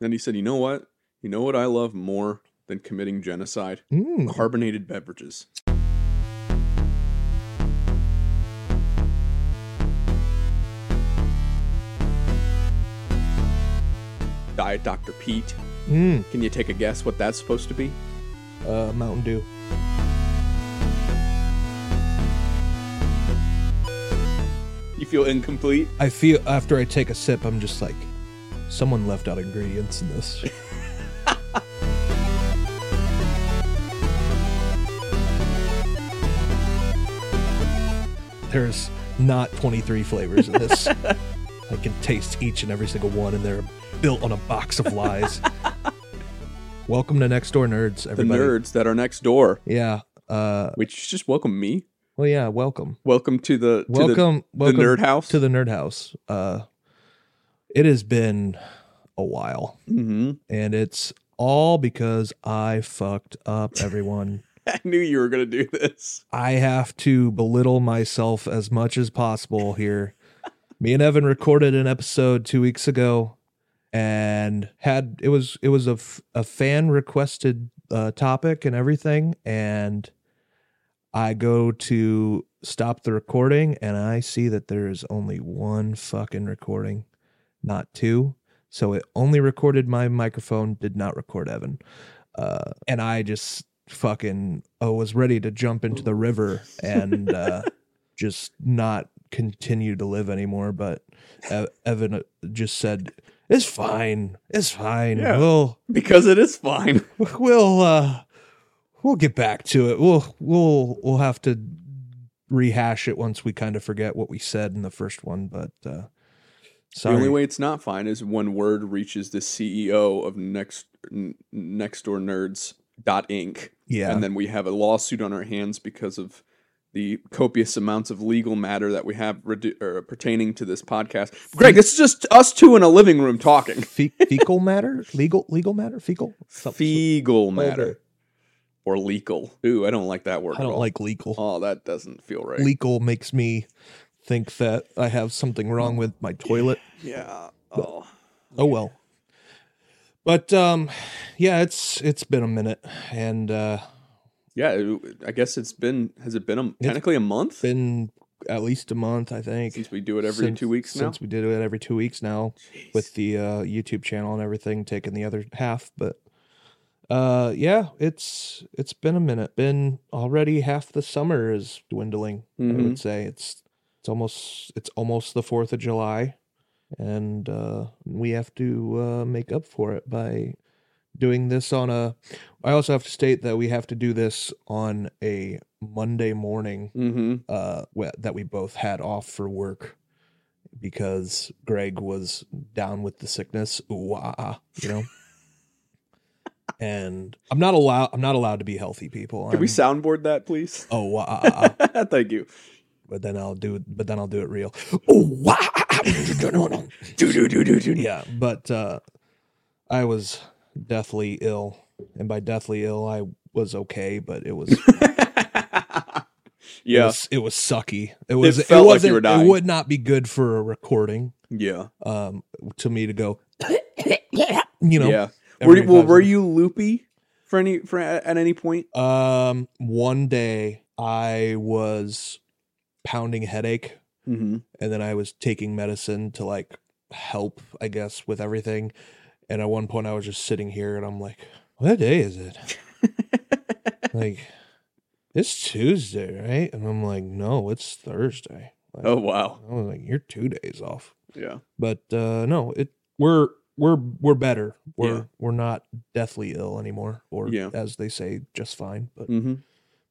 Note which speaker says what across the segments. Speaker 1: Then he said, "You know what? You know what I love more than committing genocide?
Speaker 2: Mm.
Speaker 1: Carbonated beverages." Diet Dr. Pete.
Speaker 2: Mm.
Speaker 1: Can you take a guess what that's supposed to be?
Speaker 2: Uh, Mountain Dew.
Speaker 1: You feel incomplete?
Speaker 2: I feel after I take a sip, I'm just like, someone left out ingredients in this. There's not 23 flavors in this. I can taste each and every single one, and they're built on a box of lies. Welcome to Next Door Nerds, everybody.
Speaker 1: The nerds that are next door.
Speaker 2: Yeah. Uh,
Speaker 1: Which just welcome me.
Speaker 2: well, yeah. Welcome.
Speaker 1: Welcome to the to the-
Speaker 2: welcome,
Speaker 1: the,
Speaker 2: welcome
Speaker 1: nerd house.
Speaker 2: to the nerd house uh it has been a while
Speaker 1: hmm
Speaker 2: and it's all because i fucked up everyone
Speaker 1: I knew you were gonna do this.
Speaker 2: i have to belittle myself as much as possible here me and evan recorded an episode two weeks ago and had it was it was a, f- a fan requested uh, topic and everything and i go to stop the recording and i see that there is only one fucking recording not two so it only recorded my microphone did not record evan uh, and i just fucking oh was ready to jump into the river and uh, just not continue to live anymore but E- evan uh, just said it's fine it's fine
Speaker 1: Yeah.
Speaker 2: we'll
Speaker 1: Because it is fine.
Speaker 2: we'll uh we'll get back to it we'll we'll we'll have to rehash it once we kind of forget what we said in the first one but uh sorry
Speaker 1: The only way it's not fine is when word reaches the CEO of Next N- Next Door Nerds dot Inc.
Speaker 2: yeah
Speaker 1: And then we have a lawsuit on our hands because of the copious amounts of legal matter that we have redu- er, pertaining to this podcast. Greg, it's just us two in a living room talking.
Speaker 2: Fe- fecal matter legal legal matter fecal Some-
Speaker 1: Fegal
Speaker 2: some-
Speaker 1: matter or legal. Ooh, I don't like that word.
Speaker 2: i
Speaker 1: at
Speaker 2: don't
Speaker 1: all.
Speaker 2: like legal
Speaker 1: Oh, that doesn't feel right.
Speaker 2: legal makes me think that i have something wrong with my toilet
Speaker 1: Yeah. Oh.
Speaker 2: oh well but um yeah it's it's been a minute and uh
Speaker 1: Yeah, it- I guess it's been has it been a, technically a month
Speaker 2: been at least a month i think
Speaker 1: since we do it every
Speaker 2: since-
Speaker 1: two weeks now.
Speaker 2: Since we did it every two weeks now
Speaker 1: Jeez.
Speaker 2: with the uh, YouTube channel and everything, taking the other half. But uh, yeah, it's it's been a minute. Been already half the summer is dwindling. I
Speaker 1: Mhm.
Speaker 2: would say it's it's almost it's almost the Fourth of July, and uh, we have to uh, make up for it by doing this on a. I also have to state that we have to do this on a Monday morning
Speaker 1: Mm-hmm.
Speaker 2: uh, we- that we both had off for work because Greg was down with the sickness. Ooh, ah, ah, you know. and I'm not allowed. I'm not allowed to be healthy, people.
Speaker 1: Can we
Speaker 2: I'm-
Speaker 1: soundboard that, please?
Speaker 2: Oh, ah, ah, ah, ah.
Speaker 1: Thank you.
Speaker 2: but then I'll do. But then I'll do it real. Oh, ah, ah, ah.
Speaker 1: Do do do do do.
Speaker 2: yeah. But uh, I was deathly ill, and by deathly ill, I was okay, but it was It
Speaker 1: yeah.
Speaker 2: was, it was sucky. It was. It,
Speaker 1: felt like you
Speaker 2: wasn't.
Speaker 1: were dying.
Speaker 2: It would not be good for a recording.
Speaker 1: Yeah.
Speaker 2: Um, to me to go. you know.
Speaker 1: yeah. Were
Speaker 2: every
Speaker 1: you, well,
Speaker 2: five
Speaker 1: were you loopy for any for at any point?
Speaker 2: minutes. Um, one day I was pounding headache,
Speaker 1: Mm-hmm.
Speaker 2: and then I was taking medicine to like help, I guess, with everything. And at one point, I was just sitting here, and I'm like, "What day is it?" like, it's Tuesday, right? And I'm like, "No, it's Thursday." Like,
Speaker 1: Oh wow.
Speaker 2: I was like, "You're two days off."
Speaker 1: Yeah.
Speaker 2: But uh, no, it we're we're we're better. We're
Speaker 1: Yeah.
Speaker 2: we're not deathly ill anymore, or
Speaker 1: Yeah.
Speaker 2: as they say, just fine. But
Speaker 1: Mm-hmm.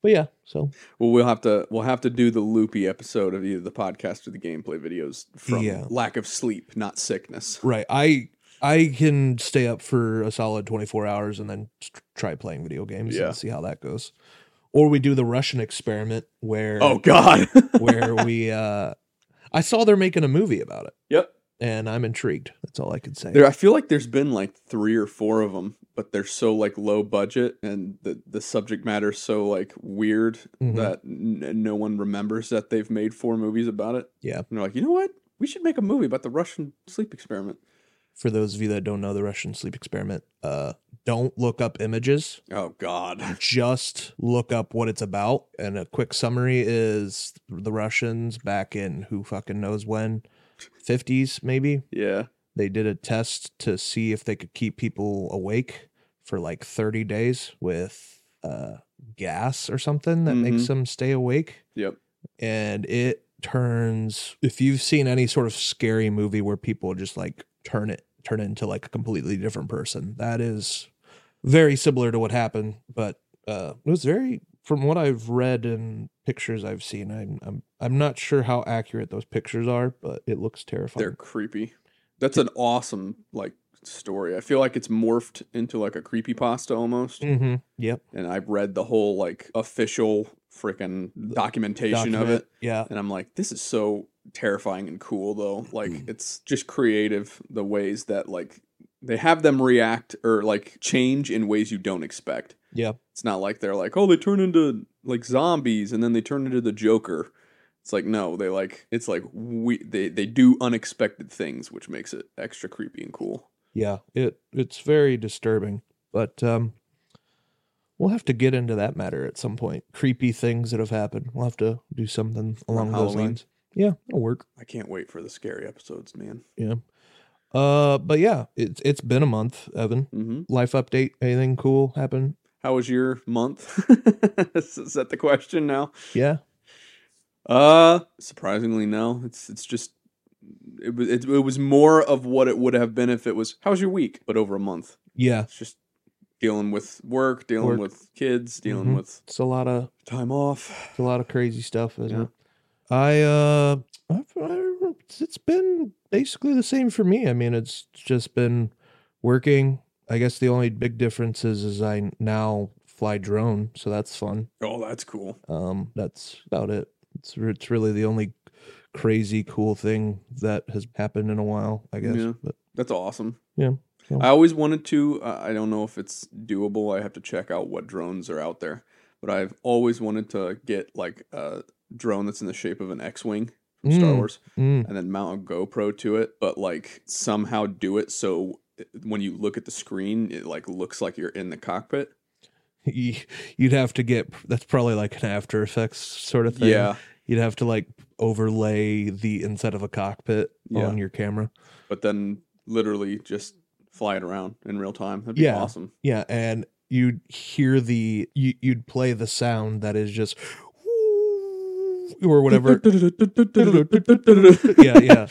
Speaker 2: but yeah, so
Speaker 1: Well, we'll have to we'll have to do the loopy episode of either the podcast or the gameplay videos from
Speaker 2: Yeah.
Speaker 1: lack of sleep, not sickness.
Speaker 2: right, I I can stay up for a solid twenty four hours and then tr- try playing video games
Speaker 1: Yeah.
Speaker 2: and see how that goes. Or we do the Russian experiment where
Speaker 1: Oh God.
Speaker 2: where we uh, I saw they're making a movie about it,
Speaker 1: yep.
Speaker 2: and I'm intrigued. That's all I can say.
Speaker 1: There, I feel like there's been like three or four of them, but they're so like low budget and the the subject matter is so like weird
Speaker 2: Mhm.
Speaker 1: that n- no one remembers that they've made four movies about it.
Speaker 2: Yeah.
Speaker 1: and they're like, you know what? We should make a movie about the Russian sleep experiment.
Speaker 2: for those of you that don't know the Russian sleep experiment, uh, don't look up images.
Speaker 1: Oh God.
Speaker 2: Just look up what it's about. And a quick summary is the Russians back in who fucking knows when, 50s maybe,
Speaker 1: Yeah.
Speaker 2: they did a test to see if they could keep people awake for like 30 days with uh, gas or something that makes
Speaker 1: Mhm.
Speaker 2: them stay awake.
Speaker 1: Yep.
Speaker 2: And it turns, if you've seen any sort of scary movie where people just like turn it, turn into like a completely different person, that is very similar to what happened. But uh, it was very, from what I've read and pictures I've seen, I'm, I'm, I'm not sure how accurate those pictures are, but it looks terrifying.
Speaker 1: They're creepy. That's an awesome like story. I feel like it's morphed into like a creepy pasta almost.
Speaker 2: hmm Yep.
Speaker 1: And I've read the whole like official freaking documentation of
Speaker 2: document.
Speaker 1: it.
Speaker 2: Yeah.
Speaker 1: And I'm like, this is so terrifying and cool though. Like it's just creative the ways that like they have them react or like change in ways you don't expect.
Speaker 2: Yeah.
Speaker 1: It's not like they're like, oh, they turn into like zombies and then they turn into the Joker. It's like no, they like it's like we they they do unexpected things, which makes it extra creepy and cool.
Speaker 2: Yeah. It it's very disturbing. But um we'll have to get into that matter at some point. Creepy things that have happened. We'll have to do something along those
Speaker 1: Halloween?
Speaker 2: lines. Yeah, it'll work.
Speaker 1: I can't wait for the scary episodes, man.
Speaker 2: Yeah. Uh but yeah, it's it's been a month, Evan.
Speaker 1: Mm-hmm.
Speaker 2: Life update, anything cool happen?
Speaker 1: How was your month? is is that the question now?
Speaker 2: Yeah.
Speaker 1: Uh, surprisingly, no. It's it's just it was it, it was more of what it would have been if it was how was your week, but over a month.
Speaker 2: Yeah.
Speaker 1: It's just dealing with work, dealing
Speaker 2: Work.
Speaker 1: with kids, dealing
Speaker 2: Mhm.
Speaker 1: with
Speaker 2: It's a lot of
Speaker 1: time off.
Speaker 2: it's a lot of crazy stuff, isn't
Speaker 1: Yeah.
Speaker 2: it? I uh I've, I, it's been basically the same for me. I mean, it's just been working. I guess the only big difference is, is I now fly drone, so that's fun.
Speaker 1: Oh, that's cool.
Speaker 2: Um, that's about it. It's re- it's really the only crazy cool thing that has happened in a while, I guess.
Speaker 1: Yeah.
Speaker 2: But
Speaker 1: That's awesome.
Speaker 2: Yeah, so-
Speaker 1: I always wanted to. Uh, I don't know if it's doable. I have to check out what drones are out there. But I've always wanted to get like a drone that's in the shape of an X-wing from Star
Speaker 2: Mm,
Speaker 1: Wars,
Speaker 2: mm,
Speaker 1: and then mount a GoPro to it. But like somehow do it so it- when you look at the screen, it like looks like you're in the cockpit.
Speaker 2: y- you'd have to get that's probably like an After Effects sort of thing.
Speaker 1: Yeah,
Speaker 2: You'd have to like overlay the inside of a cockpit
Speaker 1: Yeah.
Speaker 2: on your camera.
Speaker 1: but then literally just fly it around in real time. That'd be
Speaker 2: Yeah.
Speaker 1: awesome.
Speaker 2: Yeah, and you'd hear the you, you'd play the sound that is just or whatever. yeah, yeah.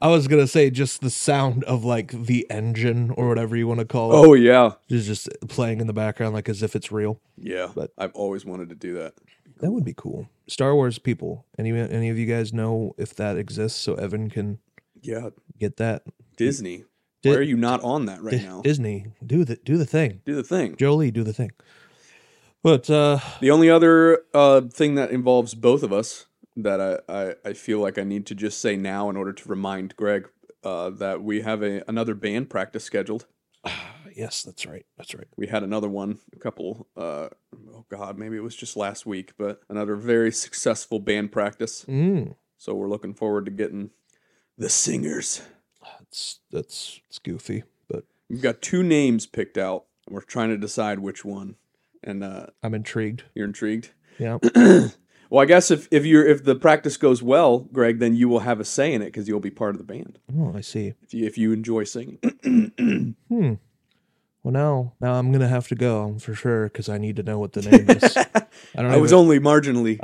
Speaker 2: I was gonna say just the sound of like the engine or whatever you want to call it
Speaker 1: Oh yeah,
Speaker 2: is just playing in the background like as if it's real.
Speaker 1: yeah.
Speaker 2: But-
Speaker 1: I've always wanted to do that.
Speaker 2: That would be cool. Star Wars people. Any any of you guys know if that exists so Evan can
Speaker 1: Yeah,
Speaker 2: get that?
Speaker 1: Disney.
Speaker 2: Di-
Speaker 1: Why are you not on that right
Speaker 2: Di-
Speaker 1: now?
Speaker 2: Disney, do the do the thing.
Speaker 1: Do the thing.
Speaker 2: Jolie, do the thing. But uh
Speaker 1: The only other uh, thing that involves both of us that I, I, I feel like I need to just say now in order to remind Greg uh, that we have a, another band practice scheduled.
Speaker 2: yes, that's right. That's right.
Speaker 1: We had another one, a couple, uh, oh God, maybe it was just last week, but another very successful band practice.
Speaker 2: Mm.
Speaker 1: So we're looking forward to getting the singers.
Speaker 2: That's that's it's goofy, but
Speaker 1: We've got two names picked out. and We're trying to decide which one. And uh,
Speaker 2: I'm intrigued.
Speaker 1: you're intrigued?
Speaker 2: Yeah.
Speaker 1: well, I guess if if you're if the practice goes well, Greg, then you will have a say in it because you'll be part of the band.
Speaker 2: Oh, I see.
Speaker 1: If you if you enjoy singing,
Speaker 2: Hmm. Well, now now I'm gonna have to go for sure because I need to know what the name is. I don't.
Speaker 1: I was
Speaker 2: even-
Speaker 1: only marginally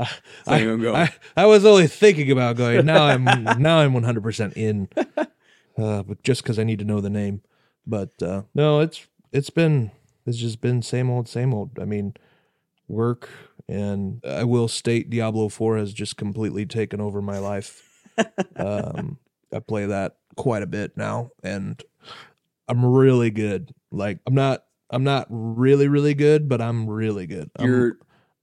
Speaker 1: planning on going.
Speaker 2: I, I was only thinking about going. Now I'm now I'm 100 percent in, uh, but just because I need to know the name. But uh, no, it's it's been it's just been same old same old. I mean, work and I will state Diablo 4 has just completely taken over my life. um, I play that quite a bit now, and I'm really good. Like I'm not. I'm not really, really good, but I'm really good. I'm-
Speaker 1: You're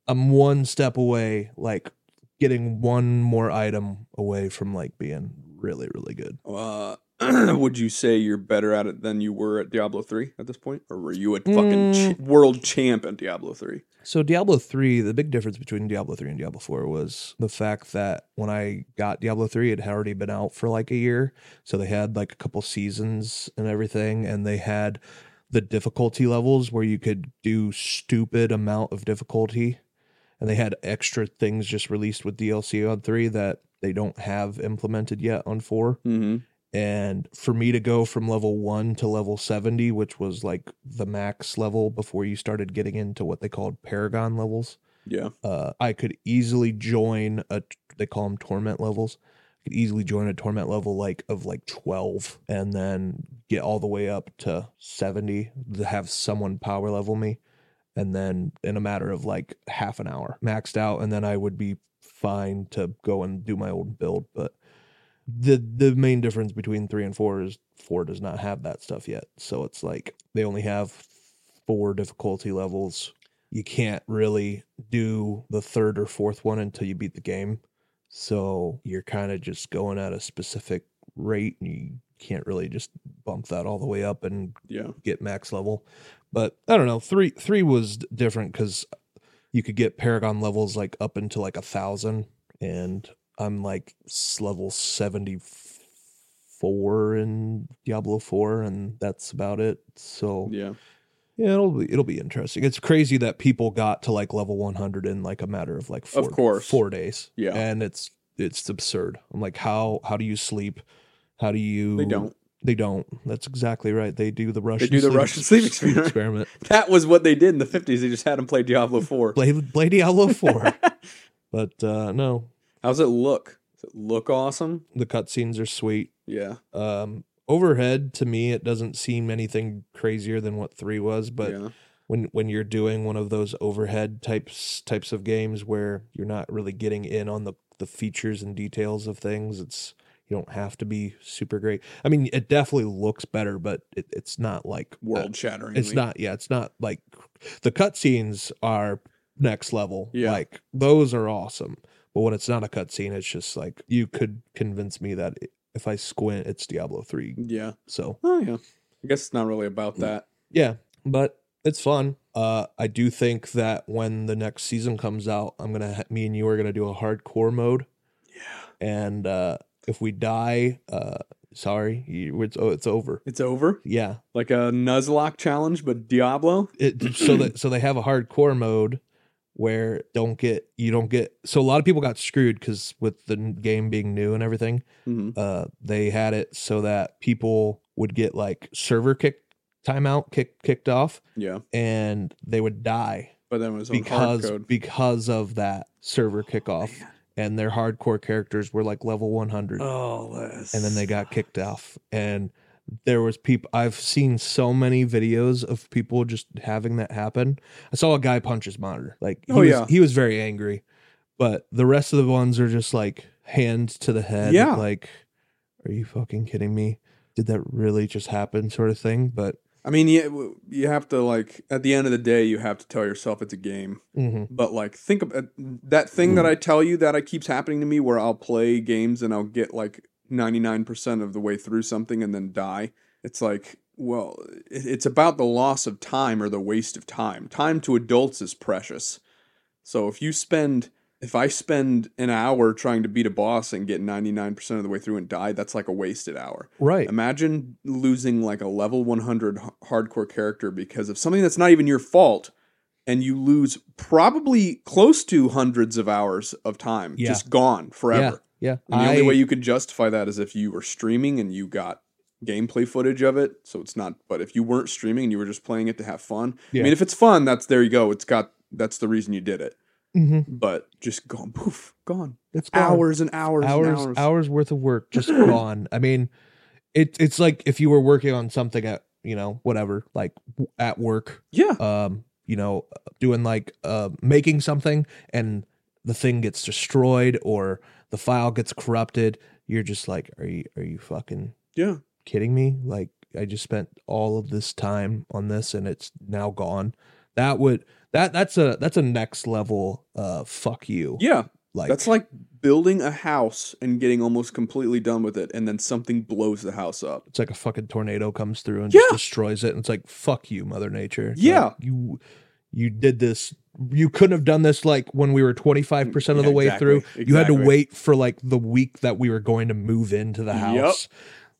Speaker 2: I'm one step away, like getting one more item away from like being really, really good.
Speaker 1: uh, would you say you're better at it than you were at Diablo 3 at this point? Or were you a fucking
Speaker 2: Mm.
Speaker 1: ch- world champ at Diablo 3?
Speaker 2: So Diablo 3, the big difference between Diablo 3 and Diablo 4 was the fact that when I got Diablo 3, it had already been out for like a year. So they had like a couple seasons and everything and they had the difficulty levels where you could do stupid amount of difficulty and they had extra things just released with DLC on 3 that they don't have implemented yet on 4
Speaker 1: Mm-hmm.
Speaker 2: and for me to go from level 1 to level 70 which was like the max level before you started getting into what they called paragon levels
Speaker 1: Yeah.
Speaker 2: uh, i could easily join a they call them torment levels i could easily join a torment level like of like 12 and then get all the way up to 70 to have someone power level me and then in a matter of like half an hour maxed out and then i would be fine to go and do my old build but the the main difference between 3 and 4 is 4 does not have that stuff yet so it's like they only have four difficulty levels you can't really do the third or fourth one until you beat the game so you're kind of just going at a specific rate and you can't really just bump that all the way up and
Speaker 1: Yeah.
Speaker 2: get max level. But I don't know. Three three was d- different because you could get Paragon levels like up into like a thousand, and I'm like s- level seventy four in Diablo four, and that's about it. So
Speaker 1: Yeah.
Speaker 2: yeah, it'll be it'll be interesting. It's crazy that people got to like level 100 in like a matter of like four,
Speaker 1: course.
Speaker 2: four days.
Speaker 1: Yeah.
Speaker 2: and it's it's absurd. I'm like, how how do you sleep? How do you?
Speaker 1: They don't.
Speaker 2: They don't. That's exactly right. They do the Russian.
Speaker 1: do the Russian sleep
Speaker 2: ex-
Speaker 1: experiment.
Speaker 2: experiment.
Speaker 1: That was what they did in the 50s. They just had him play Diablo 4.
Speaker 2: Play play Diablo four, but uh no,
Speaker 1: How's it look? Does it look awesome?
Speaker 2: the cutscenes are sweet.
Speaker 1: Yeah.
Speaker 2: Um, overhead to me, it doesn't seem anything crazier than what three was, but
Speaker 1: yeah.
Speaker 2: when when you're doing one of those overhead types types of games where you're not really getting in on the the features and details of things it's you don't have to be super great i mean it definitely looks better but it, it's not like uh,
Speaker 1: world shattering.
Speaker 2: it's not yeah it's not like the cutscenes are next level
Speaker 1: Yeah.
Speaker 2: like those are awesome but when it's not a cutscene it's just like you could convince me that if i squint it's diablo 3
Speaker 1: Yeah.
Speaker 2: so
Speaker 1: Oh, yeah. I guess it's not really about
Speaker 2: Mm.
Speaker 1: that.
Speaker 2: yeah, but it's fun. Uh, I do think that when the next season comes out, I'm gonna ha- me and you are gonna do a hardcore mode,
Speaker 1: Yeah.
Speaker 2: and uh, if we die, uh, sorry, you, it's oh, it's over.
Speaker 1: It's over.
Speaker 2: Yeah,
Speaker 1: Like a Nuzlocke challenge, but Diablo?
Speaker 2: it, so that so they have a hardcore mode where don't get you don't get so a lot of people got screwed because with the n- game being new and everything,
Speaker 1: hmm
Speaker 2: uh, they had it so that people would get like server kick timeout kick kicked off
Speaker 1: Yeah.
Speaker 2: and they would die
Speaker 1: But then it was on hard
Speaker 2: because
Speaker 1: code.
Speaker 2: because of that server kickoff and their hardcore characters were like level 100
Speaker 1: Oh, that's...
Speaker 2: and then they got kicked off and there was people i've seen so many videos of people just having that happen i saw a guy punch his monitor like he,
Speaker 1: Oh,
Speaker 2: was,
Speaker 1: yeah.
Speaker 2: he was very angry but the rest of the ones are just like hand to the head
Speaker 1: Yeah.
Speaker 2: like are you fucking kidding me did that really just happen sort of thing but
Speaker 1: I mean, you, you have to, like, at the end of the day, you have to tell yourself it's a game.
Speaker 2: mhm.
Speaker 1: But, like, think about that thing that I tell you that I keeps happening to me where I'll play games and I'll get, like, 99% of the way through something and then die. It's like, well, it, it's about the loss of time or the waste of time. Time to adults is precious. So if you spend. If I spend an hour trying to beat a boss and get 99% of the way through and die, that's like a wasted hour.
Speaker 2: right
Speaker 1: Imagine losing like a level 100 h- hardcore character because of something that's not even your fault, and you lose probably close to hundreds of hours of time
Speaker 2: Yeah.
Speaker 1: just gone forever.
Speaker 2: yeah
Speaker 1: And the only
Speaker 2: I-
Speaker 1: way you could justify that is if you were streaming and you got gameplay footage of it. So it's not, but if you weren't streaming and you were just playing it to have fun,
Speaker 2: Yeah.
Speaker 1: I mean, if it's fun, that's there you go. It's got that's the reason you did it.
Speaker 2: mhm.
Speaker 1: But just gone, poof, gone.
Speaker 2: it's gone.
Speaker 1: Hours and hours, and
Speaker 2: hours
Speaker 1: hours.
Speaker 2: hours worth of work just gone. I mean, it it's like if you were working on something at you know whatever like w- at work,
Speaker 1: Yeah,
Speaker 2: um, you know, doing like uh making something and the thing gets destroyed or the file gets corrupted. You're just like, are you are you fucking
Speaker 1: yeah,
Speaker 2: kidding me? Like I just spent all of this time on this and it's now gone. That would that that's a that's a next level uh fuck you
Speaker 1: yeah.
Speaker 2: Like
Speaker 1: That's like building a house and getting almost completely done with it, and then something blows the house up.
Speaker 2: it's like a fucking tornado comes through and
Speaker 1: Yeah.
Speaker 2: just destroys it and it's like fuck you mother nature It's
Speaker 1: Yeah.
Speaker 2: like, you you did this you couldn't have done this like when we were 25% of
Speaker 1: Yeah,
Speaker 2: the way
Speaker 1: exactly,
Speaker 2: through you had to
Speaker 1: exactly.
Speaker 2: wait for like the week that we were going to move into the
Speaker 1: Yep.
Speaker 2: house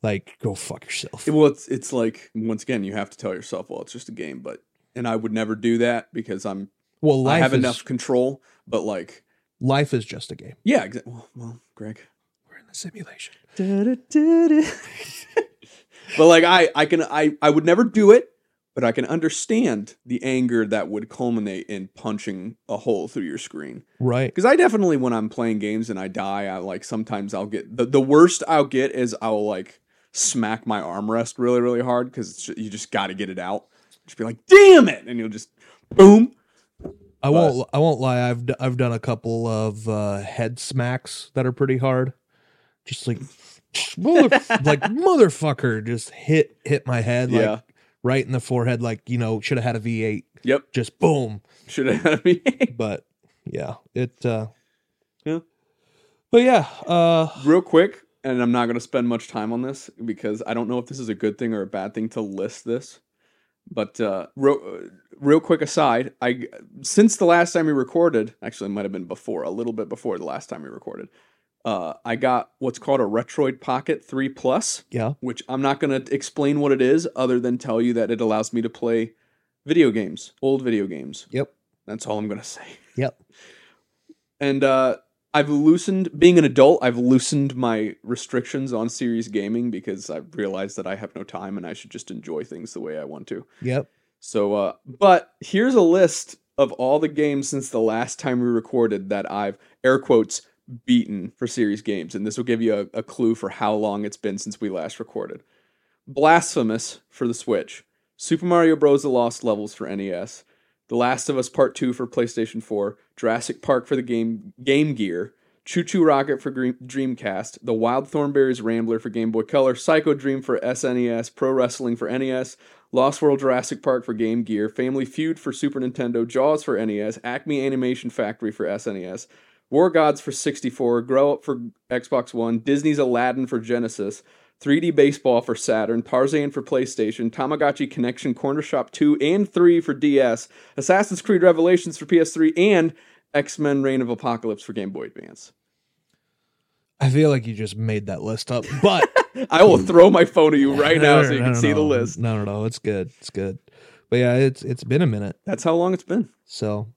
Speaker 2: like go fuck yourself
Speaker 1: Well, it's it's like once again, you have to tell yourself, well, it's just a game, but and I would never do that because I'm
Speaker 2: well life
Speaker 1: I have
Speaker 2: is
Speaker 1: enough control. But like,
Speaker 2: life is just a game
Speaker 1: yeah, exa- well, well, Greg.
Speaker 2: we're in the simulation
Speaker 1: but like, I I can I I would never do it, but I can understand the anger that would culminate in punching a hole through your screen.
Speaker 2: right
Speaker 1: Because I definitely, when I'm playing games and I die, I like sometimes I'll get the, the worst I'll get is I'll like smack my armrest really, really hard because you just got to get it out. Just be like, damn it. And you'll just boom.
Speaker 2: i won't i won't lie i've d- i've done a couple of uh head smacks that are pretty hard just like mother- like motherfucker just hit hit my head like
Speaker 1: yeah.
Speaker 2: right in the forehead, like you know, should have had a V8,
Speaker 1: Yep.
Speaker 2: just boom.
Speaker 1: Should have had me.
Speaker 2: But yeah, it. uh
Speaker 1: Yeah.
Speaker 2: But yeah, uh
Speaker 1: Real quick, and I'm not going to spend much time on this because I don't know if this is a good thing or a bad thing to list this. But uh, real, real quick aside, I since the last time we recorded, actually it might have been before, a little bit before the last time we recorded, uh, I got what's called a Retroid Pocket 3 Plus,
Speaker 2: yeah,
Speaker 1: which I'm not going to explain what it is other than tell you that it allows me to play video games, old video games.
Speaker 2: yep,
Speaker 1: That's all I'm going to say
Speaker 2: yep.
Speaker 1: and uh, I've loosened. Being an adult, I've loosened my restrictions on serious gaming because I've realized that I have no time and I should just enjoy things the way I want to.
Speaker 2: Yep.
Speaker 1: So, uh, but here's a list of all the games since the last time we recorded that I've air quotes beaten for serious games, and this will give you a, a clue for how long it's been since we last recorded. Blasphemous for the Switch, Super Mario Bros. The Lost Levels for NES, The Last of Us Part Two for PlayStation Four, Jurassic Park for the game Game Gear. Choo Choo Rocket for Dream- Dreamcast, The Wild Thornberries Rambler for Game Boy Color, Psycho Dream for SNES, Pro Wrestling for E NES, Lost World Jurassic Park for Game Gear, Family Feud for Super Nintendo, Jaws for NES, Acme Animation Factory for SNES, War Gods for 64, Grow Up for Xbox One, Disney's Aladdin for Genesis, 3D Baseball for Saturn, Tarzan for PlayStation, Tamagotchi Connection Corner Shop 2 and 3 for DS, Assassin's Creed Revelations for PS3, and X Men Reign of Apocalypse for Game Boy Advance.
Speaker 2: I feel like you just made that list up, but
Speaker 1: I will throw my phone at you right now
Speaker 2: No,
Speaker 1: so you
Speaker 2: no,
Speaker 1: can
Speaker 2: no,
Speaker 1: see the
Speaker 2: no.
Speaker 1: list.
Speaker 2: No, no, no, it's good, it's good. But yeah, it's it's been a minute.
Speaker 1: That's how long it's been.
Speaker 2: So,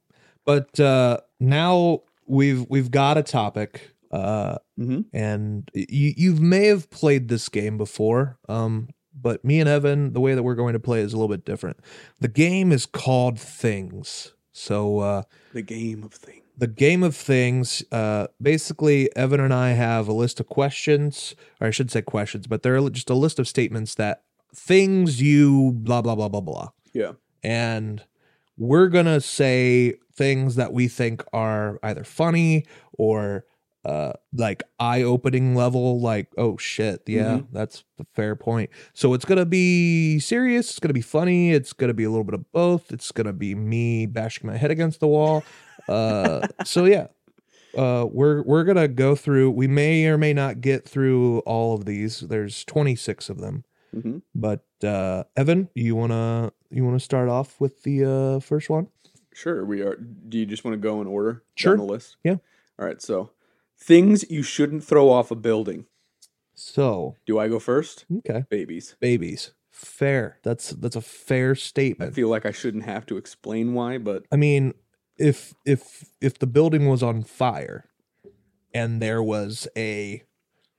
Speaker 2: but uh now we've we've got a topic. Uh
Speaker 1: Mm-hmm.
Speaker 2: and you you may have played this game before um but me and evan the way that we're going to play is a little bit different the game is called things so uh
Speaker 1: The game of things.
Speaker 2: the game of things uh basically evan and i have a list of questions or i should say questions but they're just a list of statements that things you blah blah blah blah blah
Speaker 1: Yeah.
Speaker 2: and we're gonna say things that we think are either funny or uh like eye-opening level like oh shit yeah that's a fair point so it's gonna be serious it's gonna be funny it's gonna be a little bit of both it's gonna be me bashing my head against the wall uh so yeah uh we're we're gonna go through we may or may not get through all of these there's 26 of them
Speaker 1: Mm-hmm.
Speaker 2: but uh Evan, you wanna you wanna start off with the uh first one?
Speaker 1: Sure, we are. Do you just want to go in order?
Speaker 2: Sure.
Speaker 1: Down the list.
Speaker 2: Yeah.
Speaker 1: All right. So, things you shouldn't throw off a building.
Speaker 2: So
Speaker 1: Do I go first?
Speaker 2: okay.
Speaker 1: Babies.
Speaker 2: Babies. Fair. That's that's a fair
Speaker 1: I
Speaker 2: statement.
Speaker 1: feel like I shouldn't have to explain why, but
Speaker 2: I mean, if if if the building was on fire and there was a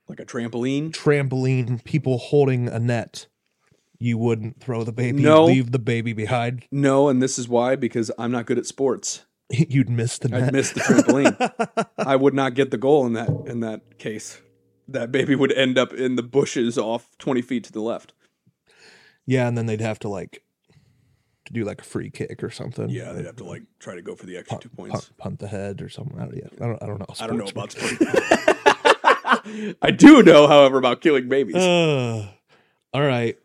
Speaker 1: like a trampoline.
Speaker 2: trampoline, people holding a net, you wouldn't throw the baby,
Speaker 1: No.
Speaker 2: leave the baby behind.
Speaker 1: No, and this is why because I'm not good at sports.
Speaker 2: You'd miss the net.
Speaker 1: I'd miss the trampoline. I would not get the goal in that in that case. That baby would end up in the bushes off 20 feet to the left.
Speaker 2: yeah, and then they'd have to like to do like a free kick or something.
Speaker 1: Yeah, they'd have to like try to go for the extra two points.
Speaker 2: punt, punt the head or something. I don't, yeah, I don't, I don't know.
Speaker 1: I don't know about
Speaker 2: Sports.
Speaker 1: sports. I do know, however, about killing babies.
Speaker 2: Ugh. all Uh, right.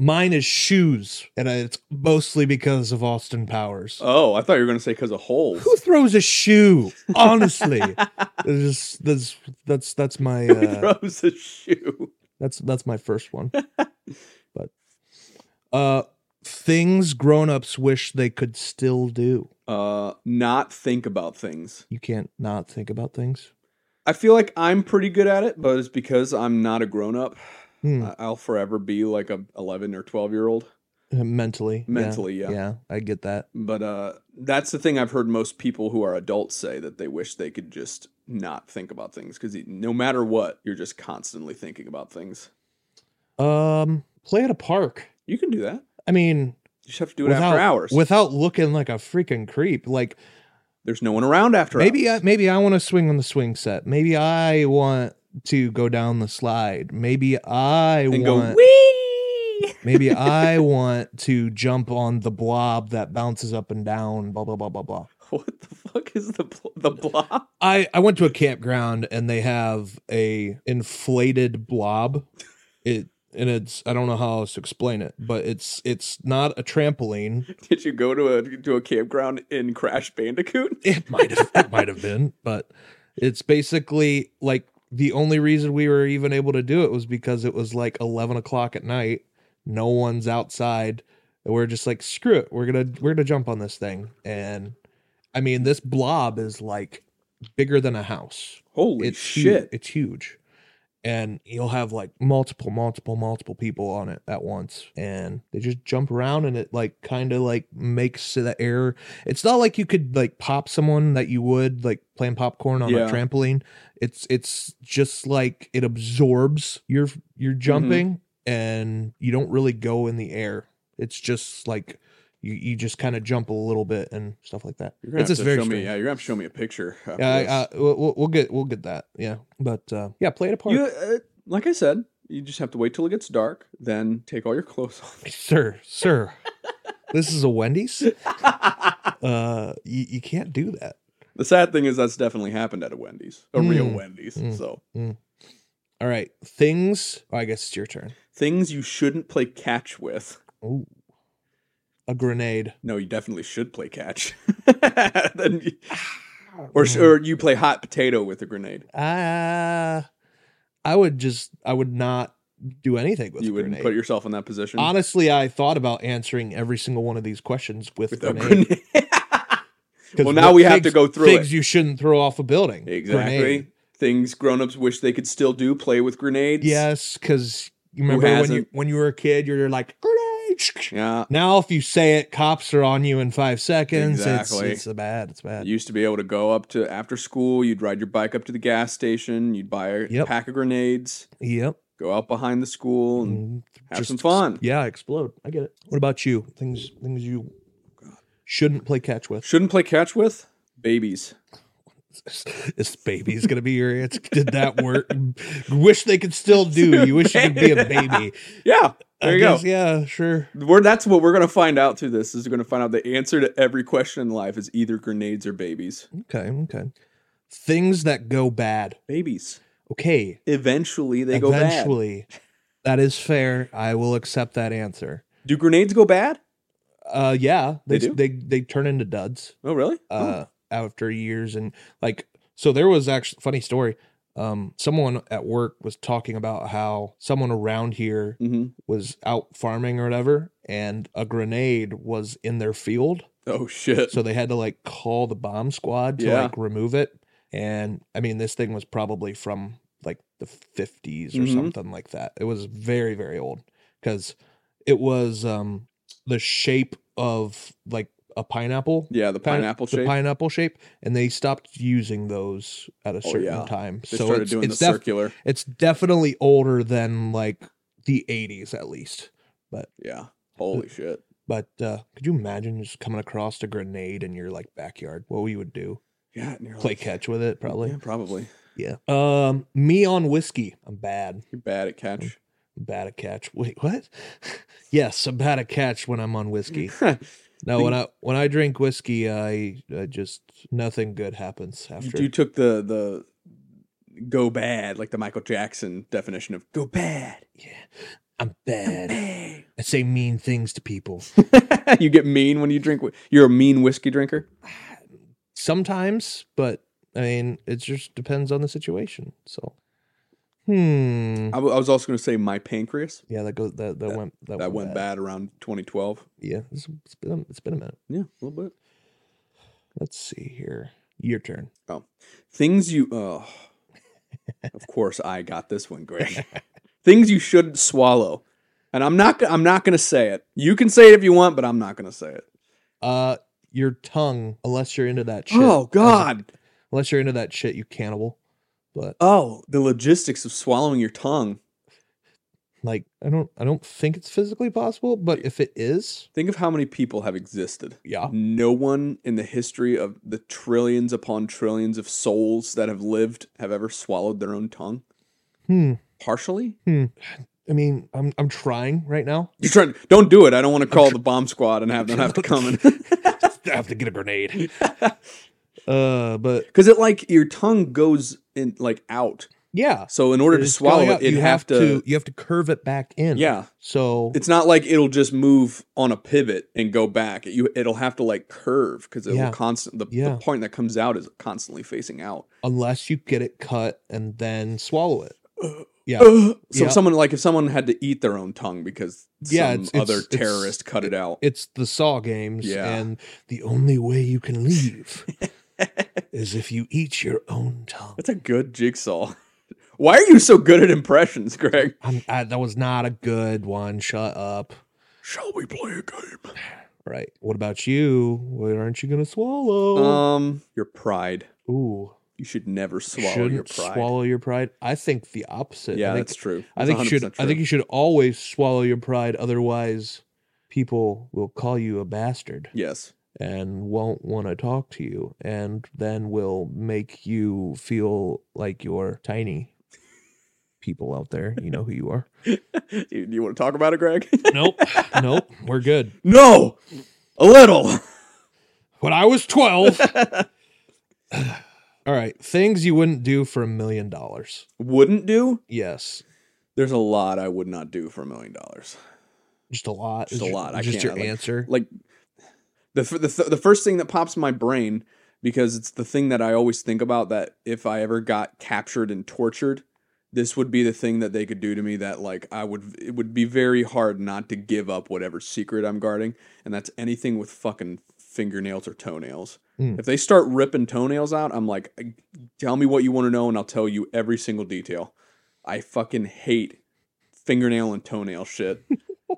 Speaker 2: Mine is shoes, and it's mostly because of Austin Powers.
Speaker 1: Oh, I thought you were going to say because of holes.
Speaker 2: Who throws a shoe? Honestly, There's- that's that's that's my
Speaker 1: Who
Speaker 2: uh,
Speaker 1: throws a shoe?
Speaker 2: that's that's my first one. but uh, things grown-ups wish they could still do.
Speaker 1: Uh, not think about things.
Speaker 2: You can't not think about things.
Speaker 1: I feel like I'm pretty good at it, but it's because I'm not a grown up.
Speaker 2: Hmm.
Speaker 1: I- I'll forever be like a 11 or 12 year old.
Speaker 2: Uh, mentally yeah,
Speaker 1: Mentally, yeah.
Speaker 2: yeah i get that
Speaker 1: But uh, that's the thing I've heard most people who are adults say that they wish they could just not think about things because no matter what, you're just constantly thinking about things.
Speaker 2: um play at a park
Speaker 1: You can do that.
Speaker 2: i mean
Speaker 1: You just have to do it after hours.
Speaker 2: without looking like a freaking creep like
Speaker 1: There's no one around after hours.
Speaker 2: maybe I, maybe i want to swing on the swing set maybe i want to go down the slide maybe i
Speaker 1: and
Speaker 2: want
Speaker 1: go wee.
Speaker 2: maybe i want to jump on the blob that bounces up and down blah blah blah blah blah
Speaker 1: What the fuck is the bl- the blob?
Speaker 2: I, I went to a campground and they have a inflated blob. It and it's I don't know how else to explain it, but it's it's not a trampoline.
Speaker 1: Did you go to a to a campground in Crash Bandicoot?
Speaker 2: It might have it might have been, but it's basically like the only reason we were even able to do it was because it was like eleven o'clock at night. No one's outside. And we're just like, screw it. We're gonna we're gonna jump on this thing. And I mean this blob is like bigger than a house.
Speaker 1: Holy
Speaker 2: it's hu-
Speaker 1: shit!
Speaker 2: it's huge. And you'll have like multiple, multiple, multiple people on it at once. And they just jump around and it like kind of like makes the air. It's not like you could like pop someone that you would like playing popcorn on
Speaker 1: Yeah.
Speaker 2: a trampoline. It's it's just like it absorbs your your
Speaker 1: Mm-hmm.
Speaker 2: jumping and you don't really go in the air. It's just like you, you just kind of jump a little bit and stuff like that.
Speaker 1: You're gonna
Speaker 2: it's
Speaker 1: have
Speaker 2: just
Speaker 1: to
Speaker 2: very
Speaker 1: show me.
Speaker 2: strange.
Speaker 1: Yeah, you're gonna have to show me a picture. after
Speaker 2: Yeah, I,
Speaker 1: this.
Speaker 2: uh, we'll, we'll- we'll get we'll get that. Yeah, but uh, yeah, play it apart,
Speaker 1: You, uh, like I said, you just have to wait till it gets dark, then take all your clothes off.
Speaker 2: sir, sir. this is a Wendy's. Uh, you, you can't do that.
Speaker 1: the sad thing is that's definitely happened at a Wendy's, a real
Speaker 2: Mm.
Speaker 1: Wendy's.
Speaker 2: Mm.
Speaker 1: So
Speaker 2: All right, things. oh, I guess it's your turn.
Speaker 1: things you shouldn't play catch with.
Speaker 2: Oh, a grenade.
Speaker 1: No, you definitely should play catch. Then you- or or you play hot potato with a grenade.
Speaker 2: Ah, I would just I would not do anything with
Speaker 1: you
Speaker 2: a
Speaker 1: wouldn't
Speaker 2: grenade.
Speaker 1: put yourself in that position
Speaker 2: Honestly, I thought about answering every single one of these questions with,
Speaker 1: with a
Speaker 2: grenade.
Speaker 1: grenade.
Speaker 2: 'Cause
Speaker 1: Well, now
Speaker 2: what-
Speaker 1: we have to
Speaker 2: things-
Speaker 1: go through
Speaker 2: things you shouldn't throw off a building.
Speaker 1: exactly.
Speaker 2: Grenade.
Speaker 1: Things grown-ups wish they could still do play with grenades.
Speaker 2: Yes, because you remember when you
Speaker 1: hasn't?
Speaker 2: when you were a kid, you're like grenade.
Speaker 1: Yeah.
Speaker 2: Now, if you say it, cops are on you in five seconds.
Speaker 1: Exactly.
Speaker 2: It's, it's bad. It's bad.
Speaker 1: You used to be able to go up to after school, you'd ride your bike up to the gas station, you'd buy a
Speaker 2: Yep.
Speaker 1: pack of grenades,
Speaker 2: yep.
Speaker 1: go out behind the school and
Speaker 2: Mm,
Speaker 1: have
Speaker 2: just
Speaker 1: some
Speaker 2: ex-
Speaker 1: fun.
Speaker 2: Yeah, explode. I get it. What about you? Things things you shouldn't play catch with.
Speaker 1: Shouldn't play catch with babies.
Speaker 2: This baby's gonna be your answer. Did that work? wish they could still do. You wish you could be a baby.
Speaker 1: Yeah. There
Speaker 2: I
Speaker 1: you
Speaker 2: guess,
Speaker 1: go.
Speaker 2: Yeah, sure.
Speaker 1: We're, that's what we're going to find out through this. Is we're going to find out the answer to every question in life is either grenades or babies.
Speaker 2: Okay, okay. Things that go bad.
Speaker 1: Babies.
Speaker 2: Okay,
Speaker 1: Eventually they go bad.
Speaker 2: eventually that is fair i will accept that answer
Speaker 1: Do grenades go bad?
Speaker 2: uh yeah they
Speaker 1: They do?
Speaker 2: they, they turn into duds
Speaker 1: Oh, really?
Speaker 2: uh after years and like so there was actually funny story um someone at work was talking about how someone around here
Speaker 1: oh. Mhm.
Speaker 2: was out farming or whatever and a grenade was in their field
Speaker 1: oh shit.
Speaker 2: so they had to like call the bomb squad to
Speaker 1: Yeah.
Speaker 2: like remove it and i mean this thing was probably from like the 50s or
Speaker 1: Mhm.
Speaker 2: something like that it was very very old because it was um the shape of like a pineapple
Speaker 1: yeah, the
Speaker 2: Pine-
Speaker 1: pineapple
Speaker 2: the
Speaker 1: shape.
Speaker 2: pineapple shape and they stopped using those at a certain
Speaker 1: Oh, yeah.
Speaker 2: time
Speaker 1: they
Speaker 2: so
Speaker 1: started
Speaker 2: it's,
Speaker 1: doing
Speaker 2: it's,
Speaker 1: the
Speaker 2: def-
Speaker 1: circular.
Speaker 2: it's definitely older than like the 80s at least
Speaker 1: Yeah. Holy shit.
Speaker 2: but uh, could you imagine just coming across a grenade in your like backyard what we would do
Speaker 1: Yeah. and you're
Speaker 2: play
Speaker 1: like-
Speaker 2: catch with it probably
Speaker 1: Yeah, probably.
Speaker 2: yeah um me on whiskey i'm bad
Speaker 1: You're bad at catch.
Speaker 2: I'm bad at catch wait what yes i'm bad at catch when i'm on whiskey
Speaker 1: you,
Speaker 2: no when i when i drink whiskey i, I just nothing good happens after
Speaker 1: you took the the go bad like the Michael Jackson definition of go bad.
Speaker 2: yeah I'm bad. I say mean things to people.
Speaker 1: you get mean when you drink. whi- You're a mean whiskey drinker.
Speaker 2: Sometimes, but I mean, it just depends on the situation. So, hmm.
Speaker 1: I, w- I was also going to say my pancreas
Speaker 2: Yeah, that goes. That that, went. That,
Speaker 1: that went bad around 2012.
Speaker 2: Yeah, it's, it's been it's been a minute.
Speaker 1: Yeah, a little bit.
Speaker 2: Let's see here. Your turn.
Speaker 1: Things you. Oh, of course, I got this one, Greg. Things you shouldn't swallow, and I'm not. go- I'm not going to say it. You can say it if you want, but I'm not going to say it.
Speaker 2: Uh, your tongue. Unless you're into that shit.
Speaker 1: Oh God.
Speaker 2: Unless you're into that shit, you cannibal. But
Speaker 1: Oh, the logistics of swallowing your tongue.
Speaker 2: like, I don't I don't think it's physically possible. But if it is,
Speaker 1: Think of how many people have existed.
Speaker 2: yeah,
Speaker 1: No one in the history of the trillions upon trillions of souls that have lived have ever swallowed their own tongue.
Speaker 2: hmm.
Speaker 1: Partially?
Speaker 2: I mean, I'm I'm trying right now.
Speaker 1: You're trying don't do it. I don't want to call
Speaker 2: tr-
Speaker 1: the bomb squad and have them have to come in.
Speaker 2: I have to get a grenade. uh, but
Speaker 1: Because it like your tongue goes in like out.
Speaker 2: yeah,
Speaker 1: So in order to
Speaker 2: It's
Speaker 1: swallow
Speaker 2: going
Speaker 1: it,
Speaker 2: out.
Speaker 1: it'd
Speaker 2: you
Speaker 1: have, to,
Speaker 2: You have to curve it back in.
Speaker 1: Yeah.
Speaker 2: So
Speaker 1: It's not like it'll just move on a pivot and go back. It, you it'll have to like curve because it
Speaker 2: Yeah.
Speaker 1: will constant the,
Speaker 2: Yeah.
Speaker 1: the point that comes out is constantly facing out.
Speaker 2: unless you get it cut and then swallow it. Yeah.
Speaker 1: so
Speaker 2: Yeah.
Speaker 1: if someone like if someone had to eat their own tongue because
Speaker 2: Yeah,
Speaker 1: some
Speaker 2: it's- it's-
Speaker 1: other
Speaker 2: it's-
Speaker 1: terrorist cut it out.
Speaker 2: It's the Saw games,
Speaker 1: Yeah.
Speaker 2: and the only way you can leave is if you eat your own tongue.
Speaker 1: That's a good jigsaw. Why are you so good at impressions, Greg?
Speaker 2: I'm, I, that was not a good one. Shut up.
Speaker 1: Shall we play a game?
Speaker 2: Right. What about you? What aren't you gonna swallow?
Speaker 1: Um, your pride.
Speaker 2: Ooh,
Speaker 1: You should never swallow
Speaker 2: shouldn't
Speaker 1: your pride.
Speaker 2: swallow your pride. I think the opposite.
Speaker 1: yeah,
Speaker 2: I think,
Speaker 1: that's true.
Speaker 2: I think you
Speaker 1: That's
Speaker 2: should.
Speaker 1: 100%
Speaker 2: I think
Speaker 1: true.
Speaker 2: you should always swallow your pride. Otherwise, people will call you a bastard
Speaker 1: Yes.
Speaker 2: and won't want to talk to you, and then will make you feel like you're tiny. People out there, you know who you are.
Speaker 1: Do you, do you want to talk about it, Greg?
Speaker 2: Nope, nope, we're good.
Speaker 1: no. A little.
Speaker 2: When I was twelve. All right, things you wouldn't do for a million dollars.
Speaker 1: Wouldn't do?
Speaker 2: Yes,
Speaker 1: There's a lot I would not do for a million dollars.
Speaker 2: just a lot.
Speaker 1: Just
Speaker 2: is
Speaker 1: a
Speaker 2: ju-
Speaker 1: lot. I
Speaker 2: Just
Speaker 1: can't,
Speaker 2: your
Speaker 1: like-
Speaker 2: answer.
Speaker 1: like the f- the, th- the first thing that pops in my brain because it's the thing that I always think about that if I ever got captured and tortured this would be the thing that they could do to me that like I would it would be very hard not to give up whatever secret I'm guarding and that's anything with fucking fingernails or toenails.
Speaker 2: Mm.
Speaker 1: If they start ripping toenails out, I'm like tell me what you want to know and I'll tell you every single detail. I fucking hate fingernail and toenail shit.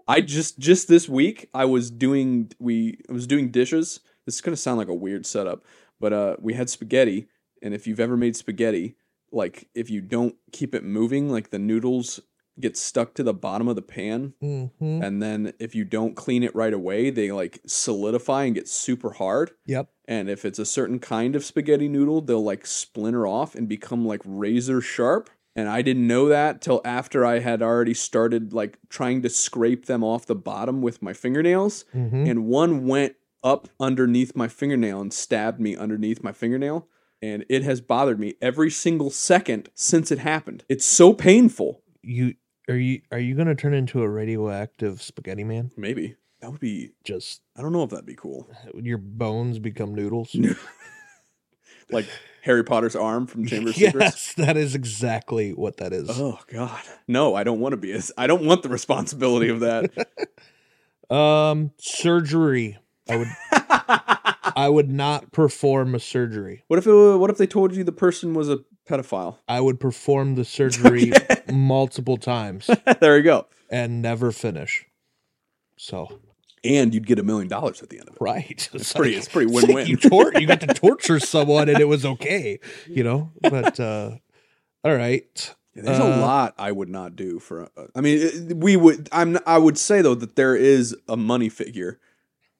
Speaker 1: I just just this week I was doing we I was doing dishes. This is gonna sound like a weird setup, but uh, we had spaghetti, and if you've ever made spaghetti, like if you don't keep it moving, like the noodles get stuck to the bottom of the pan,
Speaker 2: hmm
Speaker 1: and then if you don't clean it right away, they like solidify and get super hard.
Speaker 2: Yep.
Speaker 1: And if it's a certain kind of spaghetti noodle, they'll like splinter off and become like razor sharp. And I didn't know that till after I had already started like trying to scrape them off the bottom with my fingernails.
Speaker 2: hmm
Speaker 1: And one went up underneath my fingernail and stabbed me underneath my fingernail. And it has bothered me every single second since it happened. It's so painful.
Speaker 2: you are you are you gonna turn into a radioactive spaghetti man?
Speaker 1: Maybe that would be,
Speaker 2: Just
Speaker 1: I don't know if that'd be cool.
Speaker 2: your bones become noodles.
Speaker 1: Like Harry Potter's arm from Chamber of Secrets.
Speaker 2: yes, that is exactly what that is.
Speaker 1: Oh God, no! I don't want to be. A, I don't want the responsibility of that.
Speaker 2: Um, surgery. I would I would not perform a surgery.
Speaker 1: what if it, wa- what if they told you the person was a pedophile?
Speaker 2: I would perform the surgery multiple times
Speaker 1: there you go.
Speaker 2: and never finish. So
Speaker 1: And you'd get a million dollars at the end of it.
Speaker 2: right,
Speaker 1: It's pretty. It's pretty
Speaker 2: It's like
Speaker 1: win-win.
Speaker 2: you, tor- you got to torture someone and it was okay, you know. But uh, all right,
Speaker 1: Yeah, There's
Speaker 2: Uh,
Speaker 1: a lot I would not do for. a- I mean, it- we would. I'm. I would say though that there is a money figure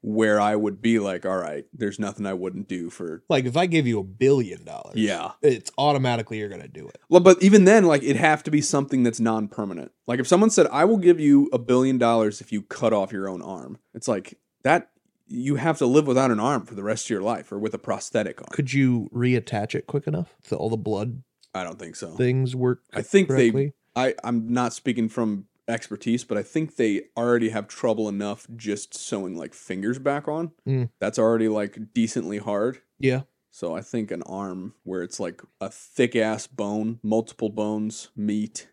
Speaker 1: where I would be like, all right, there's nothing I wouldn't do for.
Speaker 2: like if I give you a billion dollars,
Speaker 1: Yeah.
Speaker 2: it's automatically you're gonna do it.
Speaker 1: Well, but even then, like it'd have to be something that's non-permanent. Like if someone said, "I will give you a billion dollars if you cut off your own arm," it's like that you have to live without an arm for the rest of your life, or with a prosthetic arm.
Speaker 2: Could you reattach it quick enough? So all the blood
Speaker 1: Oh, I don't think so.
Speaker 2: things work.
Speaker 1: I think they-
Speaker 2: correctly?
Speaker 1: I I'm not speaking from expertise, but I think they already have trouble enough just sewing like fingers back on.
Speaker 2: Mm.
Speaker 1: That's already like decently hard.
Speaker 2: Yeah.
Speaker 1: So I think an arm where it's like a thick ass bone, multiple bones, meat,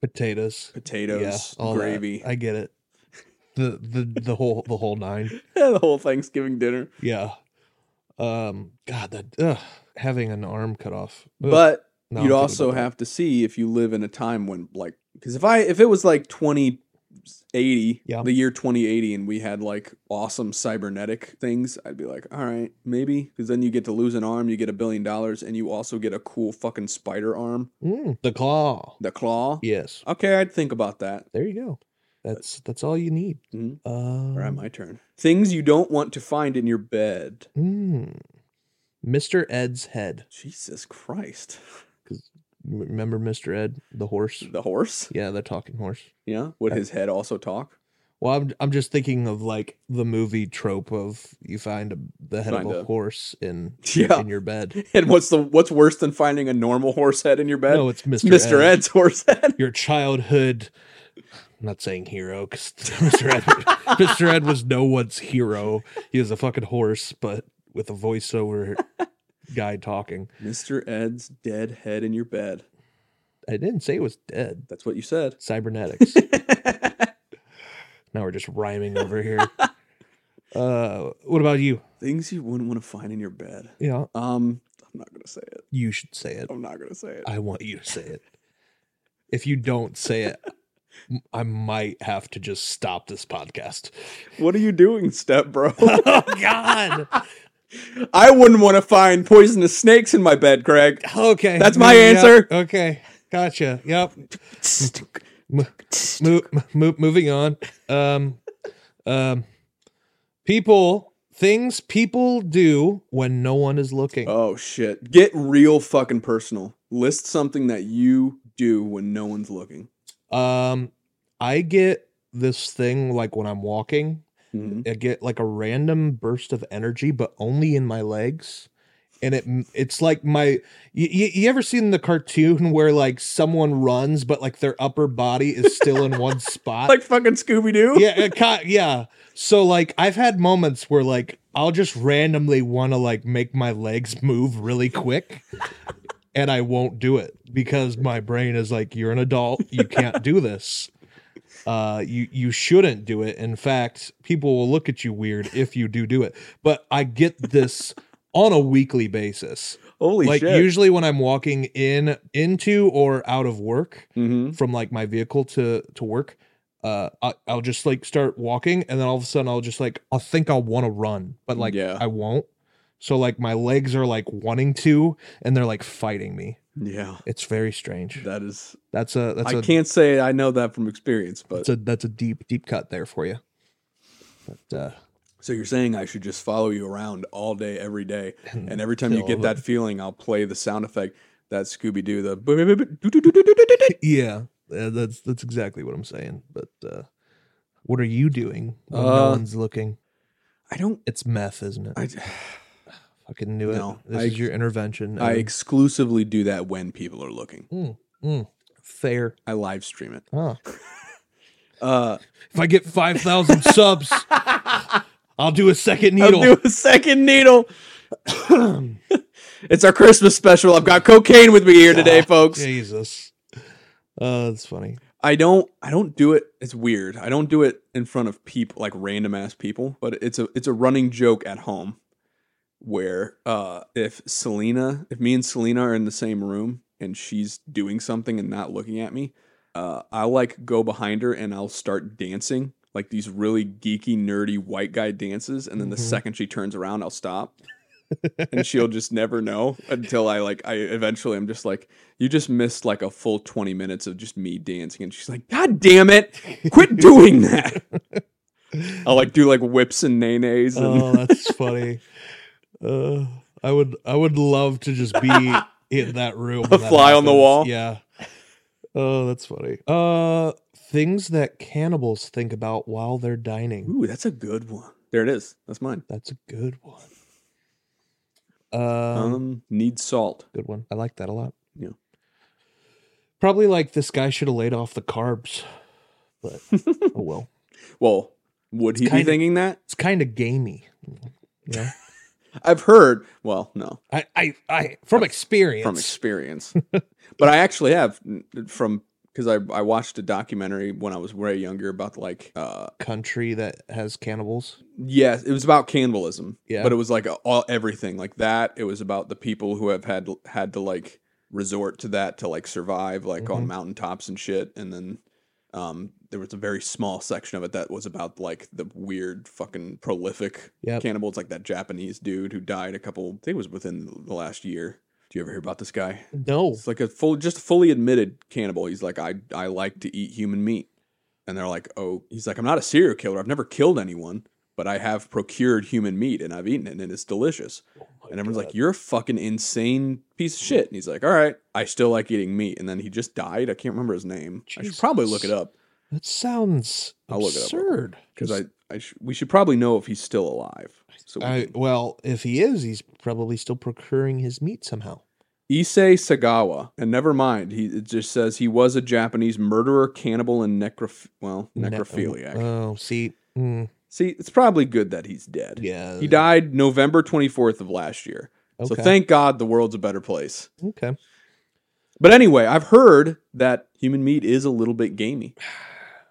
Speaker 2: Potatoes.
Speaker 1: potatoes,
Speaker 2: all that.
Speaker 1: gravy,
Speaker 2: I get it. The the the whole the whole nine.
Speaker 1: the whole Thanksgiving dinner.
Speaker 2: Yeah. Um. God, that ugh, having an arm cut off. Ugh.
Speaker 1: But
Speaker 2: Now I'm
Speaker 1: you'd
Speaker 2: thinking
Speaker 1: also
Speaker 2: about that.
Speaker 1: have to see if you live in a time when like because if i if it was like 2080
Speaker 2: Yeah.
Speaker 1: the year 2080 and we had like awesome cybernetic things i'd be like all right maybe because then you get to lose an arm you get a billion dollars and you also get a cool fucking spider arm
Speaker 2: Mm, the claw.
Speaker 1: the claw
Speaker 2: Yes.
Speaker 1: okay i'd think about that
Speaker 2: There you go. That's that's all you need.
Speaker 1: Mhm.
Speaker 2: Um,
Speaker 1: all right my turn things you don't want to find in your bed
Speaker 2: mm, Mr. Ed's head.
Speaker 1: jesus christ
Speaker 2: M- Remember Mr. Ed, the horse?
Speaker 1: the horse
Speaker 2: Yeah, the talking horse.
Speaker 1: yeah would his head also talk
Speaker 2: Well, I'm I'm just thinking of like the movie trope of you find a, the head
Speaker 1: Find
Speaker 2: of a,
Speaker 1: a-
Speaker 2: horse in
Speaker 1: yeah
Speaker 2: in your bed.
Speaker 1: and what's the what's worse than finding a normal horse head in your bed
Speaker 2: No, it's Mr.
Speaker 1: Mr.
Speaker 2: Ed.
Speaker 1: Ed's horse head.
Speaker 2: Your childhood. I'm not saying hero because Mr. Ed, Mr. Ed was no one's hero. He was a fucking horse, but with a voiceover guy talking.
Speaker 1: Mr. Ed's dead head in your bed.
Speaker 2: I didn't say it was dead.
Speaker 1: That's what you said.
Speaker 2: cybernetics. now we're just rhyming over here. Uh, what about you?
Speaker 1: Things you wouldn't want to find in your bed.
Speaker 2: Yeah,
Speaker 1: Um, I'm not gonna say it.
Speaker 2: you should say it.
Speaker 1: I'm not gonna say it.
Speaker 2: I want you to say it. If you don't say it, m- I might have to just stop this podcast.
Speaker 1: What are you doing, step bro?
Speaker 2: oh God.
Speaker 1: I wouldn't want to find poisonous snakes in my bed, Craig.
Speaker 2: Okay,
Speaker 1: That's my
Speaker 2: Yep.
Speaker 1: answer.
Speaker 2: Okay, gotcha. Yep. Mo- mo- moving on. Um, um, people, things people do when no one is looking.
Speaker 1: Oh shit. Get real fucking personal. List something that you do when no one's looking.
Speaker 2: Um, I get this thing like when I'm walking,
Speaker 1: Mhm.
Speaker 2: I get like a random burst of energy, but only in my legs. And it it's like my you, you, you ever seen the cartoon where like someone runs but like their upper body is still in one spot?
Speaker 1: Like fucking Scooby Doo.
Speaker 2: yeah, it ki- yeah. So like I've had moments where like I'll just randomly want to like make my legs move really quick and I won't do it because my brain is like you're an adult, you can't do this. Uh you you shouldn't do it. In fact, people will look at you weird if you do do it. But I get this on a weekly basis.
Speaker 1: Holy
Speaker 2: like
Speaker 1: shit.
Speaker 2: usually when I'm walking in into or out of work,
Speaker 1: hmm
Speaker 2: from like my vehicle to to work uh I, i'll just like start walking and then all of a sudden i'll just like i'll think i'll want to run but like
Speaker 1: Yeah.
Speaker 2: i won't so like my legs are like wanting to and they're like fighting me
Speaker 1: Yeah.
Speaker 2: it's very strange
Speaker 1: That is
Speaker 2: that's a that's
Speaker 1: I
Speaker 2: a
Speaker 1: a, can't say I know that from experience, but
Speaker 2: that's a that's a deep deep cut there for you but uh
Speaker 1: So you're saying I should just follow you around all day, every day, and every time you
Speaker 2: Feel
Speaker 1: get
Speaker 2: the-
Speaker 1: that feeling, I'll play the sound effect that Scooby Doo the boo- boo- boo- boo- doo- doo- doo- doo- doo- doo- doo.
Speaker 2: yeah uh, that's that's exactly what i'm saying but uh what are you doing when
Speaker 1: Uh,
Speaker 2: no one's looking
Speaker 1: I don't.
Speaker 2: it's meth isn't it
Speaker 1: I,
Speaker 2: fucking knew
Speaker 1: No,
Speaker 2: it this
Speaker 1: I-
Speaker 2: is your intervention
Speaker 1: I
Speaker 2: Evan.
Speaker 1: exclusively do that when people are looking.
Speaker 2: Mm, fair
Speaker 1: I live stream it.
Speaker 2: huh
Speaker 1: Uh,
Speaker 2: If I get 5,000 subs, I'll do a second
Speaker 1: I'll
Speaker 2: needle.
Speaker 1: do a second needle. it's our Christmas special. I've got cocaine with me here today,
Speaker 2: God,
Speaker 1: folks.
Speaker 2: Ah, Jesus. Uh, that's funny.
Speaker 1: I don't I don't do it. It's weird. I don't do it in front of people like random ass people, but it's a it's a running joke at home where uh if Selena, if me and Selena are in the same room and she's doing something and not looking at me, uh I like go behind her and I'll start dancing like these really geeky nerdy white guy dances and then the
Speaker 2: Mhm.
Speaker 1: second she turns around I'll stop. and she'll just never know until I like I eventually I'm just like you just missed like a full 20 minutes of just me dancing and she's like god damn it quit doing that i'll like do like whips and nays and
Speaker 2: Oh, that's funny. Uh, I would I would love to just be in that room. when
Speaker 1: A
Speaker 2: that
Speaker 1: fly on the
Speaker 2: happens.
Speaker 1: wall.
Speaker 2: Yeah. Oh, that's funny. Uh, things that cannibals think about while they're dining.
Speaker 1: ooh that's a good one there it is that's mine
Speaker 2: That's a good one.
Speaker 1: um,
Speaker 2: um
Speaker 1: need salt
Speaker 2: Good one. I like that a lot.
Speaker 1: Yeah.
Speaker 2: Probably like this guy should have laid off the carbs. but oh well.
Speaker 1: Well, would he be
Speaker 2: kinda-
Speaker 1: thinking that?
Speaker 2: It's kind of gamey. You know?
Speaker 1: I've heard. Well, no,
Speaker 2: I, I, I from experience.
Speaker 1: from experience, but I actually have n- from because I I watched a documentary when I was way younger about like uh
Speaker 2: country that has cannibals.
Speaker 1: yes it was about cannibalism
Speaker 2: Yeah.
Speaker 1: but it was like all everything like that it was about the people who have had had to like resort to that to like survive like on
Speaker 2: Mhm.
Speaker 1: mountaintops and shit and then um there was a very small section of it that was about like the weird fucking prolific
Speaker 2: Yep.
Speaker 1: cannibals like that Japanese dude who died a couple I think it was within the last year do you ever hear about this guy
Speaker 2: No.
Speaker 1: it's like a full, just fully admitted cannibal. He's like, I, I like to eat human meat. And they're like, oh, he's like, I'm not a serial killer. I've never killed anyone, but I have procured human meat and I've eaten it and it's delicious.
Speaker 2: Oh
Speaker 1: And everyone's like, you're a fucking insane piece of shit. And he's like, all right, I still like eating meat. And then he just died. I can't remember his name. I should probably look it
Speaker 2: Jesus.
Speaker 1: up
Speaker 2: that sounds
Speaker 1: I'll look it up real quick,
Speaker 2: absurd.
Speaker 1: because I, I sh- we should probably know if he's still alive. So we
Speaker 2: I
Speaker 1: can-
Speaker 2: well, if he is, he's probably still procuring his meat somehow.
Speaker 1: Issei Sagawa, and never mind. He it just says he was a Japanese murderer, cannibal, and necroph well
Speaker 2: Ne-
Speaker 1: necrophiliac.
Speaker 2: Oh, see, mm,
Speaker 1: See, it's probably good that he's dead.
Speaker 2: yeah,
Speaker 1: He died November 24th of last year. So
Speaker 2: Okay.
Speaker 1: thank God the world's a better place.
Speaker 2: Okay,
Speaker 1: But anyway, I've heard that human meat is a little bit gamey.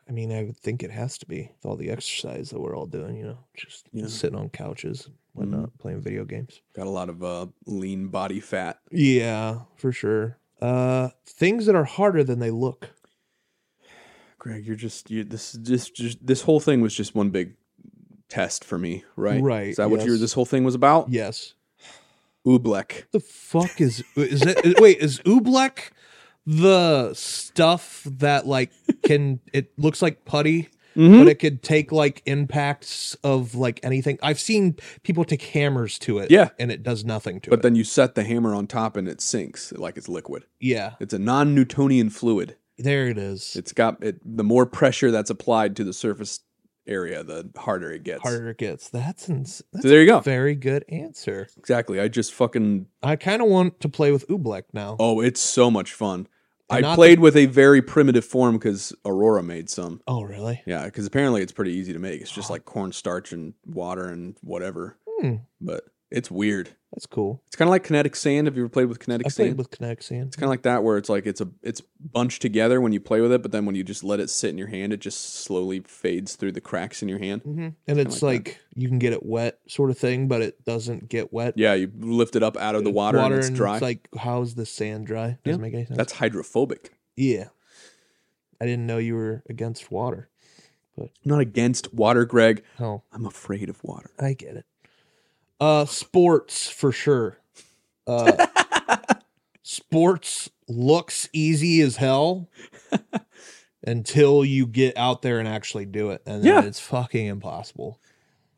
Speaker 2: I mean, I would think it has to be with all the exercise that we're all doing. You know, just
Speaker 1: Yeah.
Speaker 2: sitting on couches, and whatnot, playing video games.
Speaker 1: Got a lot of uh, lean body fat.
Speaker 2: Yeah, for sure. Uh, things that are harder than they look.
Speaker 1: Greg, you're just you this is just, just this whole thing was just one big test for me, right?
Speaker 2: Right,
Speaker 1: Is that what your
Speaker 2: yes.
Speaker 1: this whole thing was
Speaker 2: Oh.
Speaker 1: about?
Speaker 2: Yes.
Speaker 1: Oobleck.
Speaker 2: The fuck is is that? wait, is oobleck the stuff that like can it looks like putty?
Speaker 1: Mhm.
Speaker 2: but it could take like impacts of like anything. I've seen people take hammers to it,
Speaker 1: Yeah.
Speaker 2: and it does nothing to
Speaker 1: But
Speaker 2: it.
Speaker 1: then you set the hammer on top and it sinks like it's liquid.
Speaker 2: yeah,
Speaker 1: It's a non-Newtonian fluid.
Speaker 2: there it is.
Speaker 1: It's got it. The more pressure that's applied to the surface area, the harder it gets.
Speaker 2: Harder it gets. That's, ins- that's
Speaker 1: So there you
Speaker 2: a
Speaker 1: go.
Speaker 2: very good answer.
Speaker 1: Exactly. I just fucking.
Speaker 2: I kind of want to play with Oobleck now. Oh,
Speaker 1: Oh, it's so much fun.
Speaker 2: And
Speaker 1: I
Speaker 2: not
Speaker 1: played with a very primitive form because Aurora made some.
Speaker 2: Oh, really?
Speaker 1: Yeah, because apparently it's pretty easy to make. It's just like cornstarch and water and whatever.
Speaker 2: Hmm,
Speaker 1: But it's weird.
Speaker 2: that's cool.
Speaker 1: It's kind of like kinetic sand. Have you ever played with kinetic
Speaker 2: I
Speaker 1: sand?
Speaker 2: played with Kinetic Sand.
Speaker 1: it's kind of like that where it's like it's a it's bunched together when you play with it, but then when you just let it sit in your hand, it just slowly fades through the cracks in your hand.
Speaker 2: hmm And it's
Speaker 1: like
Speaker 2: like, you can get it wet, sort of thing, but it doesn't get wet.
Speaker 1: Yeah, you lift it up out of the water, and it's dry.
Speaker 2: like, how's the sand dry? Doesn't
Speaker 1: Yeah,
Speaker 2: make any sense.
Speaker 1: That's hydrophobic.
Speaker 2: yeah. I didn't know you were against water.
Speaker 1: I'm not against water, Greg.
Speaker 2: Oh,
Speaker 1: I'm afraid of water.
Speaker 2: I get it. Uh sports for sure. Uh sports looks easy as hell until you get out there and actually do it and then
Speaker 1: Yeah.
Speaker 2: it's fucking impossible.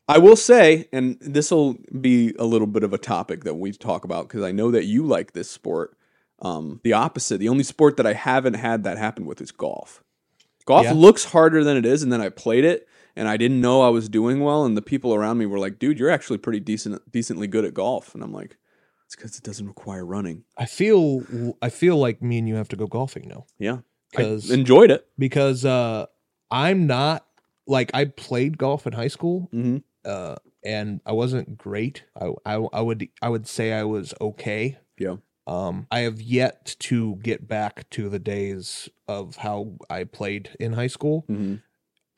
Speaker 1: I will say, and this will be a little bit of a topic that we talk about because I know that you like this sport. Um, the opposite, the only sport that I haven't had that happen with is golf. Golf
Speaker 2: Yeah.
Speaker 1: looks harder than it is, and then I played it, and I didn't know I was doing well, and the people around me were like, "Dude, you're actually pretty decent, decently good at golf," and I'm like, "It's because it doesn't require running."
Speaker 2: I feel I feel like me and you have to go golfing now
Speaker 1: Yeah, I
Speaker 2: cuz
Speaker 1: enjoyed it.
Speaker 2: because uh I'm not like I played golf in high school
Speaker 1: hmm
Speaker 2: uh and I wasn't great. I, I I would I would say I was okay.
Speaker 1: Yeah.
Speaker 2: Um I have yet to get back to the days of how I played in high school.
Speaker 1: hmm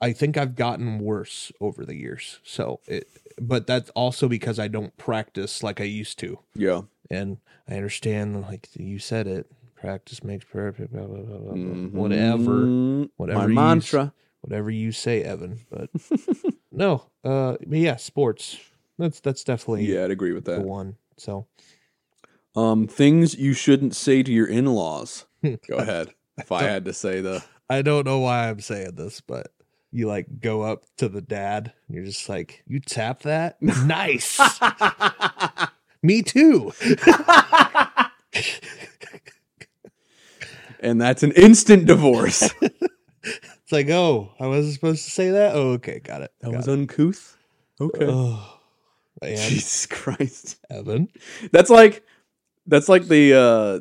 Speaker 2: I think I've gotten worse over the years. So it but that's also because I don't practice like I used to.
Speaker 1: Yeah.
Speaker 2: And I understand like you said it, practice makes perfect blah, blah, blah, blah,
Speaker 1: Mhm.
Speaker 2: blah, whatever
Speaker 1: Mm-hmm. My
Speaker 2: whatever you
Speaker 1: mantra.
Speaker 2: whatever you say, Evan. But no, uh, but yeah, sports. That's that's definitely
Speaker 1: Yeah, I'd agree with
Speaker 2: the
Speaker 1: that.
Speaker 2: one. So
Speaker 1: Um, things you shouldn't say to your in-laws. Go ahead. If I had to say the
Speaker 2: I don't know why I'm saying this, but you like go up to the dad. And you're just like, you tap that. nice. Me too.
Speaker 1: and that's an instant divorce.
Speaker 2: It's like, oh, I wasn't supposed to say that. Oh, okay, got it.
Speaker 1: That
Speaker 2: got
Speaker 1: was
Speaker 2: it.
Speaker 1: uncouth. Okay.
Speaker 2: Oh, and
Speaker 1: Uh, Jesus Christ.
Speaker 2: Evan.
Speaker 1: That's like that's like the uh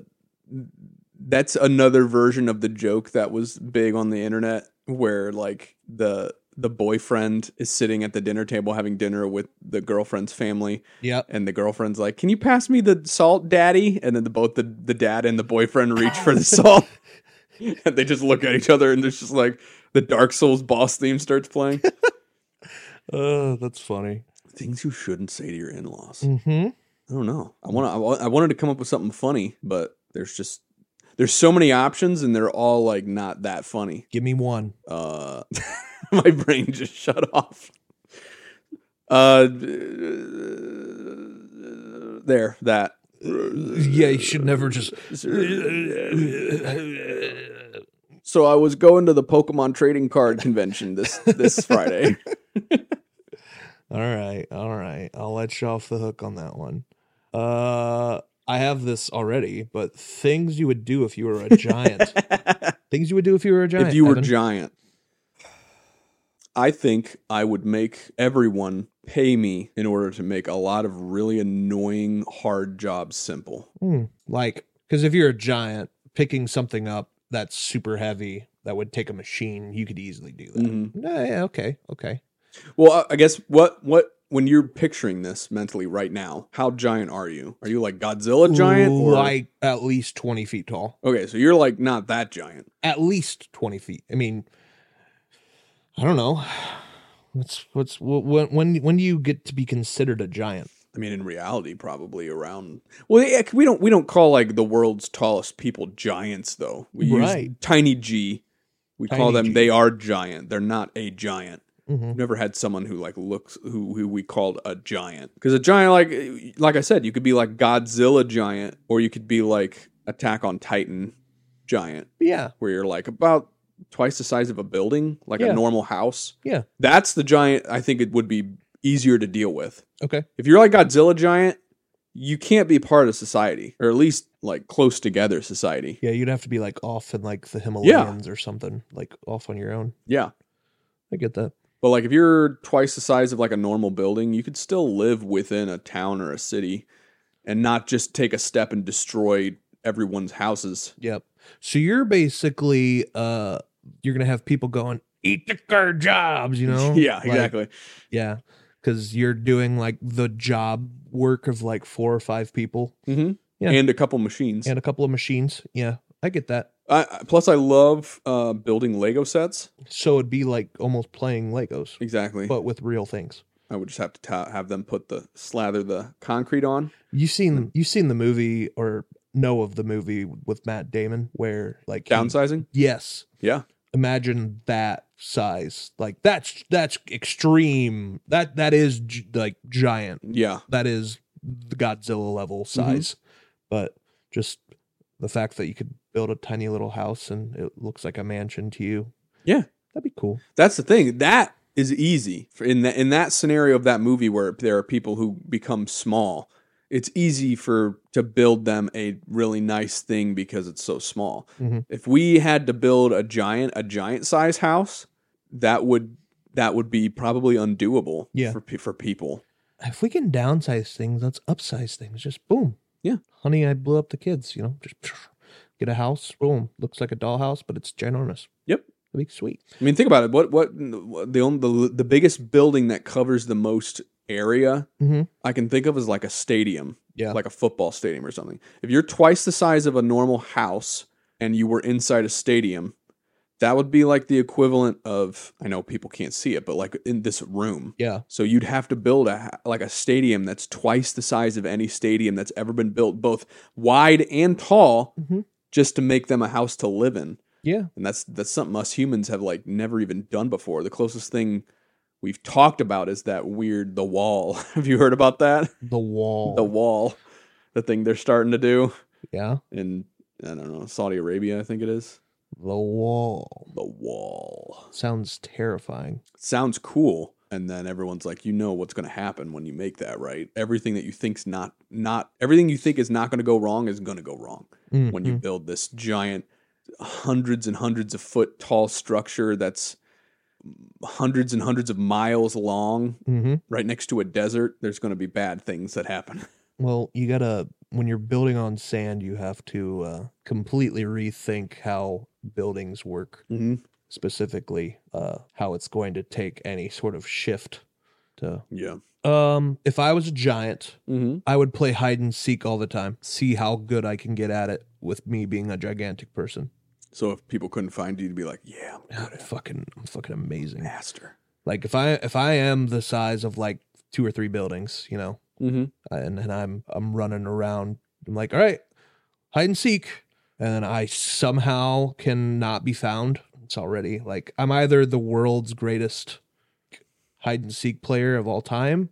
Speaker 1: that's another version of the joke that was big on the internet where like the the boyfriend is sitting at the dinner table having dinner with the girlfriend's family
Speaker 2: Yep.
Speaker 1: and the girlfriend's like, "Can you pass me the salt, daddy?" And then the, both the, the dad and the boyfriend reach for the salt. and they just look at each other and there's just like the Dark Souls boss theme starts playing.
Speaker 2: Oh, that's funny.
Speaker 1: Things you shouldn't say to your in-laws.
Speaker 2: Mm-hmm.
Speaker 1: I don't know. I want to. I wa- I wanted to come up with something funny, but there's just there's so many options, and they're all like not that funny.
Speaker 2: Give me one.
Speaker 1: Uh, my brain just shut off. Uh, there. That.
Speaker 2: Yeah, you should never just.
Speaker 1: So I was going to the Pokemon trading card convention this this Friday.
Speaker 2: All right, all right. I'll let you off the hook on that one. Uh, I have this already, but things you would do if you were a giant. things you would do if you were a giant.
Speaker 1: if you were
Speaker 2: Evan.
Speaker 1: giant, I think I would make everyone pay me in order to make a lot of really annoying hard jobs simple.
Speaker 2: Hmm. like, because if you're a giant, picking something up that's super heavy that would take a machine, you could easily do that.
Speaker 1: Mhm.
Speaker 2: Yeah, yeah, okay, okay.
Speaker 1: Well, I I guess what what when you're picturing this mentally right now, how giant are you? Are you like Godzilla giant? Or,
Speaker 2: like at least twenty feet tall.
Speaker 1: okay, so you're like not that giant.
Speaker 2: at least 20 feet i mean i don't know what's what's wh- when when when do you get to be considered a giant
Speaker 1: I mean, in reality, probably around. Well, yeah, we don't we don't call like the world's tallest people giants though. We use
Speaker 2: Right.
Speaker 1: tiny g. We call
Speaker 2: Tiny
Speaker 1: them.
Speaker 2: G.
Speaker 1: They are giant. They're not a giant.
Speaker 2: mm-hmm.
Speaker 1: I've never had someone who like looks who who we called a giant because a giant like like I said you could be like Godzilla giant or you could be like Attack on Titan giant
Speaker 2: yeah
Speaker 1: where you're like about twice the size of a building like
Speaker 2: Yeah.
Speaker 1: a normal house
Speaker 2: Yeah.
Speaker 1: that's the giant I think it would be easier to deal with
Speaker 2: okay
Speaker 1: if you're like Godzilla giant you can't be part of society or at least like close together society
Speaker 2: yeah you'd have to be like off in like the himalayas or something like off on your own
Speaker 1: yeah
Speaker 2: i get that
Speaker 1: But like if you're twice the size of like a normal building, you could still live within a town or a city and not just take a step and destroy everyone's houses.
Speaker 2: yep so you're basically uh you're gonna have people going eat the car jobs you know
Speaker 1: yeah,
Speaker 2: Like,
Speaker 1: exactly.
Speaker 2: yeah because you're doing like the job work of like four or five people
Speaker 1: hmm
Speaker 2: Yeah.
Speaker 1: And a couple machines.
Speaker 2: and a couple of machines yeah i get that
Speaker 1: I, I- plus I love uh building Lego sets.
Speaker 2: So it'd be like almost playing Legos,
Speaker 1: Exactly.
Speaker 2: but with real things.
Speaker 1: I would just have to ta- have them put the slather the concrete on.
Speaker 2: You've
Speaker 1: Hmm.
Speaker 2: seen you've seen the movie or know of the movie with Matt Damon where like he-
Speaker 1: Downsizing?
Speaker 2: yes,
Speaker 1: Yeah.
Speaker 2: imagine that size. Like that's that's extreme. That that is gi- like giant.
Speaker 1: Yeah.
Speaker 2: That is the Godzilla level
Speaker 1: Mm-hmm.
Speaker 2: size. But just the fact that you could build a tiny little house and it looks like a mansion to you.
Speaker 1: Yeah.
Speaker 2: That'd be cool.
Speaker 1: That's the thing. That is easy For- in that in that scenario of that movie where there are people who become small. It's easy for to build them a really nice thing because it's so small.
Speaker 2: Mhm.
Speaker 1: If we had to build a giant a giant size house, that would that would be probably undoable
Speaker 2: Yeah.
Speaker 1: for pe- for people.
Speaker 2: if we can downsize things, let's upsize things. Just boom.
Speaker 1: Yeah.
Speaker 2: Honey, I blew up the kids, you know, just get a house. Boom. Looks like a dollhouse, but it's ginormous.
Speaker 1: Yep.
Speaker 2: That'd be sweet.
Speaker 1: I mean, think about it. What what what- the only the, the biggest building that covers the most area
Speaker 2: Mhm.
Speaker 1: I can think of is like a stadium,
Speaker 2: Yeah.
Speaker 1: like a football stadium or something. If you're twice the size of a normal house and you were inside a stadium, that would be like the equivalent of I know people can't see it, but like in this room.
Speaker 2: Yeah.
Speaker 1: So you'd have to build a ha- like a stadium that's twice the size of any stadium that's ever been built, both wide and tall,
Speaker 2: Mhm.
Speaker 1: just to make them a house to live in
Speaker 2: Yeah.
Speaker 1: and that's that's something us humans have like never even done before. The closest thing we've talked about is that weird the wall. have you heard about that?
Speaker 2: The wall.
Speaker 1: The wall, the thing they're starting to do
Speaker 2: yeah.
Speaker 1: in I don't know Saudi Arabia, I think it is.
Speaker 2: The wall.
Speaker 1: The wall
Speaker 2: Sounds terrifying.
Speaker 1: sounds cool, and then everyone's like, you know what's going to happen when you make that, right? Everything that you think's not not everything you think is not going to go wrong is going to go wrong. when you
Speaker 2: Mhm.
Speaker 1: build this giant hundreds and hundreds of foot tall structure that's hundreds and hundreds of miles long
Speaker 2: Mhm.
Speaker 1: right next to a desert there's going to be bad things that happen
Speaker 2: Well, you gotta when you're building on sand, you have to uh, completely rethink how buildings work.
Speaker 1: mm-hmm.
Speaker 2: specifically uh, how it's going to take any sort of shift to.
Speaker 1: Yeah.
Speaker 2: Um, if I was a giant,
Speaker 1: Mm-hmm.
Speaker 2: I would play hide and seek all the time, see how good I can get at it with me being a gigantic person.
Speaker 1: So if people couldn't find you, you'd be like, yeah, I'm
Speaker 2: God,
Speaker 1: good
Speaker 2: I'm
Speaker 1: at
Speaker 2: fucking, I'm fucking amazing.
Speaker 1: master.
Speaker 2: Like if I if I am the size of like two or three buildings, you know,
Speaker 1: Mm-hmm.
Speaker 2: uh, and and I'm I'm running around, I'm like, all right, hide and seek, and then I somehow can not be found. It's already like I'm either the world's greatest hide and seek player of all time,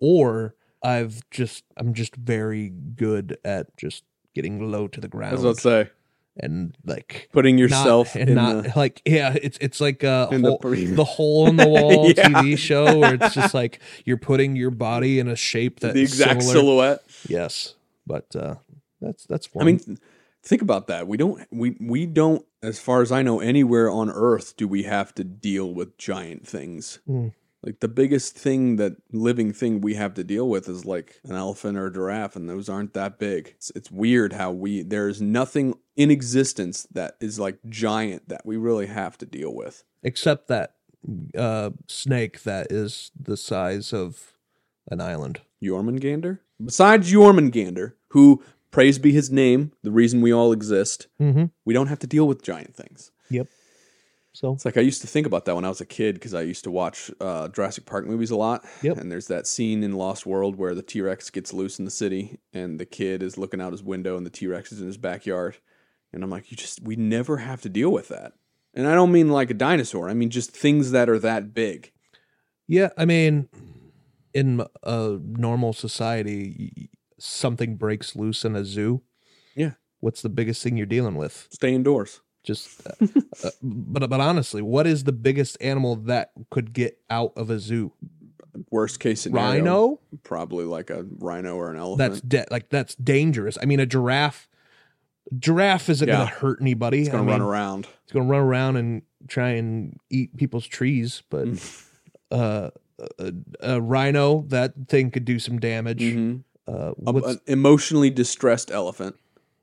Speaker 2: or I've just I'm just very good at just getting low to the
Speaker 1: I
Speaker 2: ground
Speaker 1: was about to say,
Speaker 2: and like
Speaker 1: putting
Speaker 2: not-
Speaker 1: yourself
Speaker 2: and
Speaker 1: in
Speaker 2: not
Speaker 1: the,
Speaker 2: like yeah it's it's like a
Speaker 1: in
Speaker 2: hole,
Speaker 1: the,
Speaker 2: the hole in the wall
Speaker 1: Yeah.
Speaker 2: TV show where it's just like you're putting your body in a shape that's
Speaker 1: the exact
Speaker 2: similar.
Speaker 1: silhouette.
Speaker 2: Yes, but uh, that's that's
Speaker 1: I
Speaker 2: one.
Speaker 1: mean, th- think about that. We don't. We we don't. As far as I know, anywhere on Earth do we have to deal with giant things.
Speaker 2: Mm.
Speaker 1: Like the biggest thing that living thing we have to deal with is like an elephant or a giraffe, and those aren't that big. It's, it's weird how we there is nothing in existence that is like giant that we really have to deal with.
Speaker 2: except that uh, snake that is the size of an island.
Speaker 1: Jormungandr. Besides Jormungandr, who praise be his name, the reason we all exist,
Speaker 2: Mm-hmm.
Speaker 1: we don't have to deal with giant things.
Speaker 2: So
Speaker 1: It's like I used to think about that when I was a kid because I used to watch uh, Jurassic Park movies a lot.
Speaker 2: Yep.
Speaker 1: And there's that scene in Lost World where the T Rex gets loose in the city and the kid is looking out his window and the T Rex is in his backyard. And I'm like, you just, we never have to deal with that. And I don't mean like a dinosaur, I mean just things that are that big.
Speaker 2: yeah, I mean, in a normal society, y- something breaks loose in a zoo.
Speaker 1: Yeah.
Speaker 2: what's the biggest thing you're dealing with?
Speaker 1: Stay indoors.
Speaker 2: just uh, uh, but but honestly what is the biggest animal that could get out of a zoo
Speaker 1: Worst case scenario,
Speaker 2: rhino
Speaker 1: probably like a rhino or an elephant.
Speaker 2: that's de- like that's dangerous i mean a giraffe giraffe isn't
Speaker 1: Yeah.
Speaker 2: gonna hurt anybody
Speaker 1: it's going to
Speaker 2: I mean,
Speaker 1: run around.
Speaker 2: it's gonna run around and try and eat people's trees but
Speaker 1: Mm-hmm.
Speaker 2: uh a, a rhino that thing could do some damage
Speaker 1: Mhm.
Speaker 2: uh
Speaker 1: A-
Speaker 2: what's
Speaker 1: an emotionally distressed elephant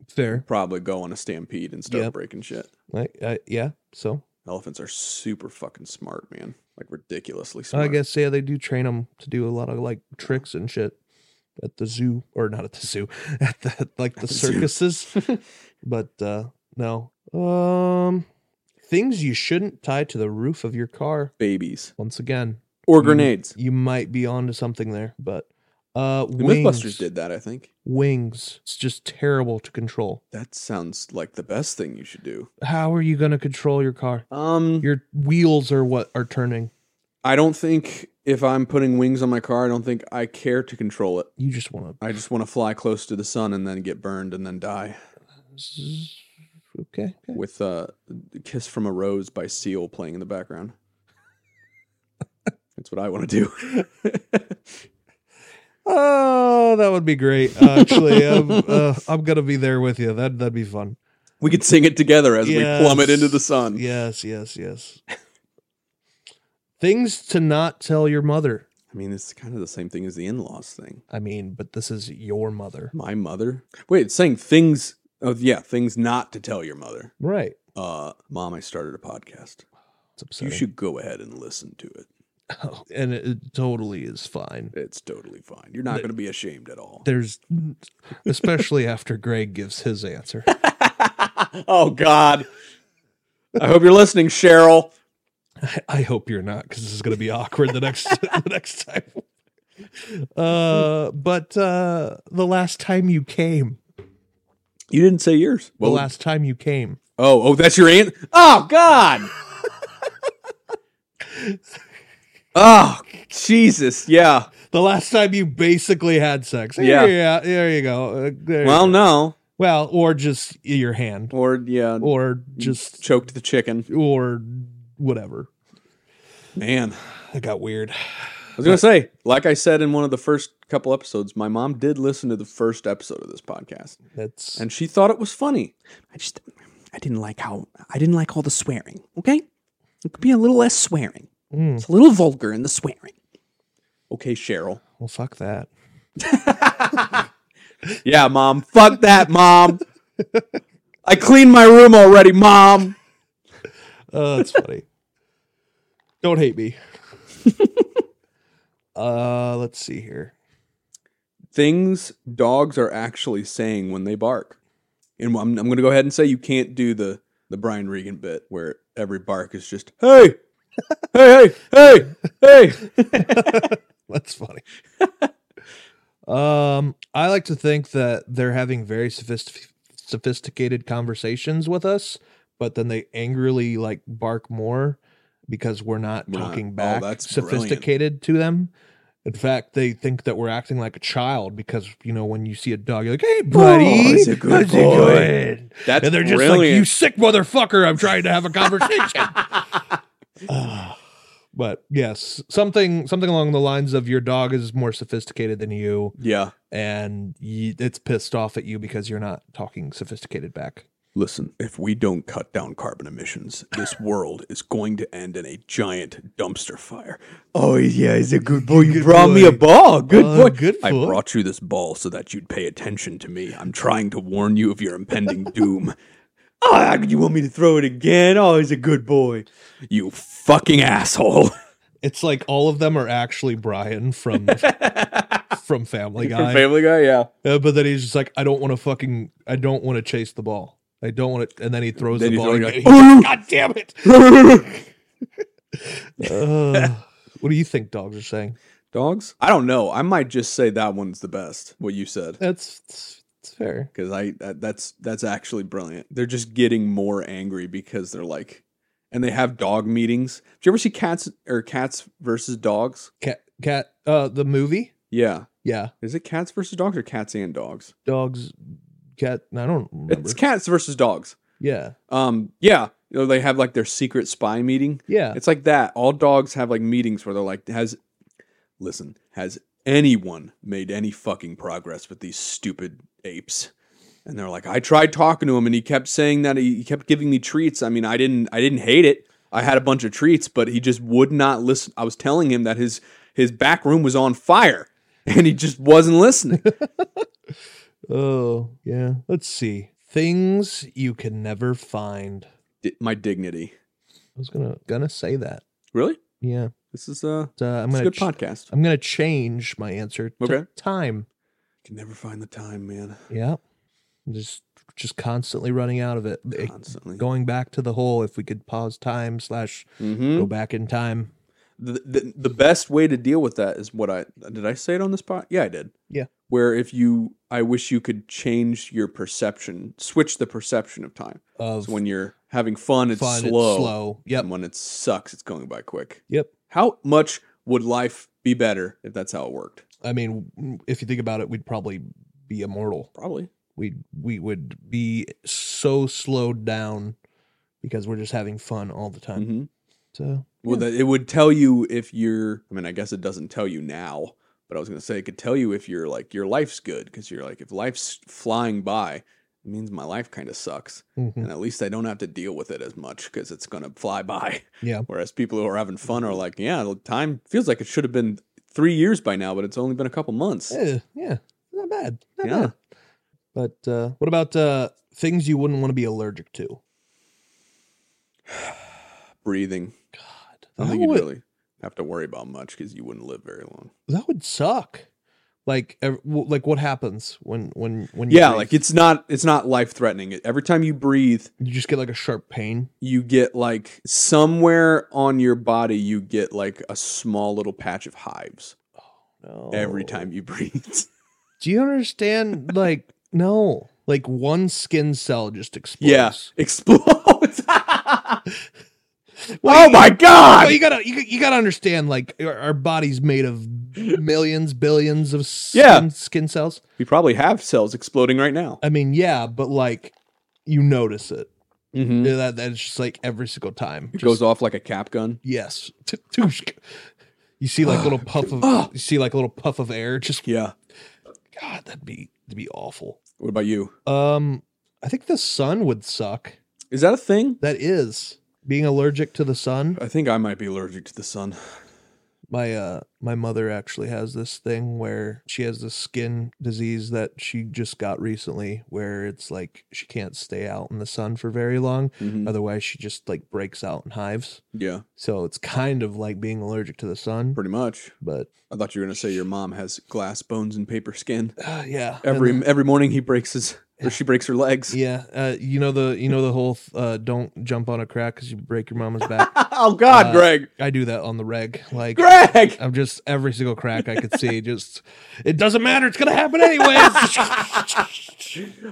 Speaker 2: fair
Speaker 1: probably go on a stampede and start
Speaker 2: Yep.
Speaker 1: breaking shit.
Speaker 2: like uh, yeah so
Speaker 1: Elephants are super fucking smart, man. Like ridiculously
Speaker 2: I
Speaker 1: smart.
Speaker 2: guess yeah, they do train them to do a lot of like tricks and shit at the zoo or not at the zoo at the like the,
Speaker 1: At the zoo.
Speaker 2: circuses. but uh no. Um things you shouldn't tie to the roof of your car.
Speaker 1: Babies
Speaker 2: Once again,
Speaker 1: or
Speaker 2: Mm.
Speaker 1: grenades.
Speaker 2: you might be onto something there, but uh
Speaker 1: The
Speaker 2: wings,
Speaker 1: MythBusters did that, I think.
Speaker 2: Wings. It's just terrible to control.
Speaker 1: That sounds like the best thing you should do.
Speaker 2: How are you going to control your car?
Speaker 1: Um,
Speaker 2: Your wheels are what are turning.
Speaker 1: I don't think if I'm putting wings on my car, I don't think I care to control it.
Speaker 2: You just want
Speaker 1: I just want to fly close to the sun and then get burned and then die.
Speaker 2: to Okay. okay.
Speaker 1: With uh, "Kiss from a Rose" by Seal playing in the background. That's what I want to do.
Speaker 2: Oh, that would be great. Actually, I'm, uh, I'm gonna be there with you. That that'd be fun.
Speaker 1: we could sing it together as
Speaker 2: Yes.
Speaker 1: we plummet into the sun.
Speaker 2: Yes, yes, yes. Things to not tell your mother.
Speaker 1: I mean, it's kind of the same thing as the in-laws thing.
Speaker 2: I mean, but this is your mother,
Speaker 1: My mother. Wait, it's saying things. Oh, yeah, things not to tell your mother.
Speaker 2: right?
Speaker 1: Uh, mom, I started a podcast.
Speaker 2: It's upsetting.
Speaker 1: You should go ahead and listen to it.
Speaker 2: and it, it totally is fine.
Speaker 1: It's totally fine. You're not
Speaker 2: The-
Speaker 1: going to be ashamed at all.
Speaker 2: There's, especially after Greg gives his answer.
Speaker 1: oh God. I hope you're listening, Cheryl.
Speaker 2: I, I hope you're not, because this is gonna be awkward the next the next time. Uh, but uh, the last time you came,
Speaker 1: You didn't say yours.
Speaker 2: the last time you came.
Speaker 1: Oh, oh, that's your aunt. Oh God. oh Jesus. Yeah.
Speaker 2: The last time you basically had sex.
Speaker 1: Yeah.
Speaker 2: Yeah. there you go. Uh, there you
Speaker 1: Well,
Speaker 2: go.
Speaker 1: no.
Speaker 2: Well, or just your hand,
Speaker 1: Or yeah,
Speaker 2: or just,
Speaker 1: choked the chicken.
Speaker 2: or whatever.
Speaker 1: Man,
Speaker 2: That got weird.
Speaker 1: I was gonna say, like I said in one of the first couple episodes, my mom did listen to the first episode of this podcast,
Speaker 2: That's
Speaker 1: and she thought it was funny. I just, I didn't like how I didn't like all the swearing. Okay, it could be a little less swearing.
Speaker 2: Mm.
Speaker 1: It's a little vulgar in the swearing. Okay, Cheryl.
Speaker 2: well. Fuck that.
Speaker 1: Yeah, mom. Fuck that, mom. I cleaned my room already, mom.
Speaker 2: Oh, that's funny. Don't hate me. uh, let's see here.
Speaker 1: Things dogs are actually saying when they bark. And I'm, I'm going to go ahead and say you can't do the, the Brian Regan bit where every bark is just, hey, hey, hey, hey, hey.
Speaker 2: That's funny. um, I like to think that they're having very sophistic- sophisticated conversations with us, but then they angrily like bark more because we're not
Speaker 1: We're not-
Speaker 2: talking
Speaker 1: oh,
Speaker 2: back
Speaker 1: that's brilliant.
Speaker 2: sophisticated to them. In fact, they think that we're acting like a child because you know when you see a dog, you're like, "Hey, buddy,
Speaker 1: Oh, he's a good
Speaker 2: how's it
Speaker 1: boy."
Speaker 2: going?"
Speaker 1: That's
Speaker 2: and they're just
Speaker 1: brilliant.
Speaker 2: like, "You sick motherfucker! I'm trying to have a conversation." Ah. but yes, something something along the lines of your dog is more sophisticated than you,
Speaker 1: yeah.
Speaker 2: and you, it's pissed off at you because you're not talking sophisticated back.
Speaker 1: Listen, if we don't cut down carbon emissions, this world is going to end in a giant dumpster fire. Oh, yeah, he's a good boy. You brought me a
Speaker 2: boy.
Speaker 1: ball. Good boy.
Speaker 2: Oh, good
Speaker 1: I
Speaker 2: boy.
Speaker 1: brought you this ball so that you'd pay attention to me. I'm trying to warn you of your impending doom. Ah, you want me to throw it again? Oh, he's a good boy. You fucking asshole.
Speaker 2: It's like all of them are actually Brian from from Family Guy,
Speaker 1: Family Guy, yeah.
Speaker 2: Uh, but then he's just like, I don't want to fucking, I don't want to chase the ball. I don't want to, and then he throws
Speaker 1: Then you
Speaker 2: the ball.
Speaker 1: throw
Speaker 2: again.
Speaker 1: it,
Speaker 2: He's
Speaker 1: you're like,
Speaker 2: like, God damn it! Uh, what do you think dogs are saying?
Speaker 1: Dogs? I don't know. I might just say that one's the best, what you said.
Speaker 2: That's it's, it's fair.
Speaker 1: because I that, that's that's actually brilliant. They're just getting more angry because they're like, and they have dog meetings. Do you ever see cats or cats versus dogs?
Speaker 2: Cat, cat, uh, the movie.
Speaker 1: Yeah,
Speaker 2: Yeah,
Speaker 1: is it cats versus dogs or cats and dogs?
Speaker 2: dogs, cat. I don't remember.
Speaker 1: It's cats versus dogs.
Speaker 2: yeah,
Speaker 1: Um, yeah, you know, they have like their secret spy meeting.
Speaker 2: yeah.
Speaker 1: It's like that. All dogs have like meetings where they're like, has listen, has anyone made any fucking progress with these stupid apes? And they're like, I tried talking to him and he kept saying that he, he kept giving me treats. I mean, I didn't I didn't hate it. I had a bunch of treats, but he just would not listen. I was telling him that his his back room was on fire and he just wasn't listening.
Speaker 2: Oh, yeah. Let's see things you can never find. I
Speaker 1: Di- My dignity.
Speaker 2: was gonna gonna say that.
Speaker 1: Really?
Speaker 2: Yeah,
Speaker 1: This is uh
Speaker 2: but, uh, I'm
Speaker 1: it's a
Speaker 2: gonna.
Speaker 1: good
Speaker 2: Ch-
Speaker 1: podcast.
Speaker 2: I'm gonna change my answer. To
Speaker 1: Okay.
Speaker 2: Time.
Speaker 1: Can never find the time, man.
Speaker 2: Yeah. Just just constantly running out of it. It-
Speaker 1: Constantly.
Speaker 2: Going back to the whole if we could pause time slash
Speaker 1: Mm-hmm.
Speaker 2: go back in time.
Speaker 1: the, the the best way to deal with that is what I did I say it on this pod? Yeah, I did.
Speaker 2: Yeah.
Speaker 1: Where if you I wish you could change your perception, switch the perception of time.
Speaker 2: Of
Speaker 1: So when you're having fun, it's
Speaker 2: fun,
Speaker 1: slow.
Speaker 2: it's slow. Yep.
Speaker 1: And when it sucks, it's going by quick.
Speaker 2: Yep.
Speaker 1: How much would life be better if that's how it worked?
Speaker 2: I mean, if you think about it, we'd probably be immortal.
Speaker 1: Probably.
Speaker 2: We we would be so slowed down because we're just having fun all the time.
Speaker 1: hmm
Speaker 2: So
Speaker 1: Well, that it would tell you if you're. I mean, I guess it doesn't tell you now, but I was gonna say it could tell you if you're like your life's good because you're like if life's flying by, it means my life kind of sucks.
Speaker 2: mhm.
Speaker 1: and at least I don't have to deal with it as much because it's going to fly by.
Speaker 2: yeah,
Speaker 1: Whereas people who are having fun are like, yeah, the time feels like it should have been three years by now, but it's only been a couple months.
Speaker 2: Eh, yeah, not bad, not
Speaker 1: Yeah.
Speaker 2: bad. But uh, what about uh, things you wouldn't want to be allergic to?
Speaker 1: Breathing,
Speaker 2: God,
Speaker 1: I don't
Speaker 2: that
Speaker 1: think you'd
Speaker 2: would,
Speaker 1: really have to worry about much because you wouldn't live very long.
Speaker 2: that would suck. Like, ev- w- like what happens when when when you
Speaker 1: Yeah,
Speaker 2: breathe?
Speaker 1: like it's not it's not life threatening. Every time you breathe,
Speaker 2: you just get like a sharp pain.
Speaker 1: you get like somewhere on your body, you get like a small little patch of hives
Speaker 2: No.
Speaker 1: every time you breathe.
Speaker 2: Do you understand? Like, no. Like one skin cell just explodes.
Speaker 1: yeah, explodes.
Speaker 2: Well,
Speaker 1: oh my god!
Speaker 2: But you gotta, you, you gotta understand. Like, our, our body's made of millions, billions of skin,
Speaker 1: Yeah.
Speaker 2: skin cells.
Speaker 1: We probably have cells exploding right now.
Speaker 2: I mean, yeah, but like, you notice it.
Speaker 1: Mm-hmm.
Speaker 2: Yeah, That that's just like every single time.
Speaker 1: It
Speaker 2: Just-
Speaker 1: goes off like a cap gun.
Speaker 2: Yes. Toosh. You see like little puff
Speaker 1: Ah.
Speaker 2: of you see like little puff of air. Just
Speaker 1: Yeah.
Speaker 2: God, that'd be that'd be awful.
Speaker 1: What about you?
Speaker 2: Um, I think the sun would suck.
Speaker 1: Is that a thing?
Speaker 2: That is being allergic to the sun.
Speaker 1: I think I might be allergic to the sun.
Speaker 2: my uh my mother actually has this thing where she has this skin disease that she just got recently where it's like she can't stay out in the sun for very long
Speaker 1: Mhm.
Speaker 2: otherwise she just like breaks out in hives
Speaker 1: Yeah,
Speaker 2: so it's kind of like being allergic to the sun
Speaker 1: pretty much.
Speaker 2: but
Speaker 1: I thought you were gonna say your mom has glass bones and paper skin.
Speaker 2: uh, yeah and
Speaker 1: Every
Speaker 2: the-
Speaker 1: every morning he breaks his or she breaks her legs.
Speaker 2: yeah uh, you know the you know the whole uh don't jump on a crack because you break your mama's back
Speaker 1: oh God,
Speaker 2: Uh,
Speaker 1: Greg,
Speaker 2: i do that on the reg like
Speaker 1: Greg.
Speaker 2: I'm just every single crack I could see. Just it doesn't matter. It's gonna happen anyways.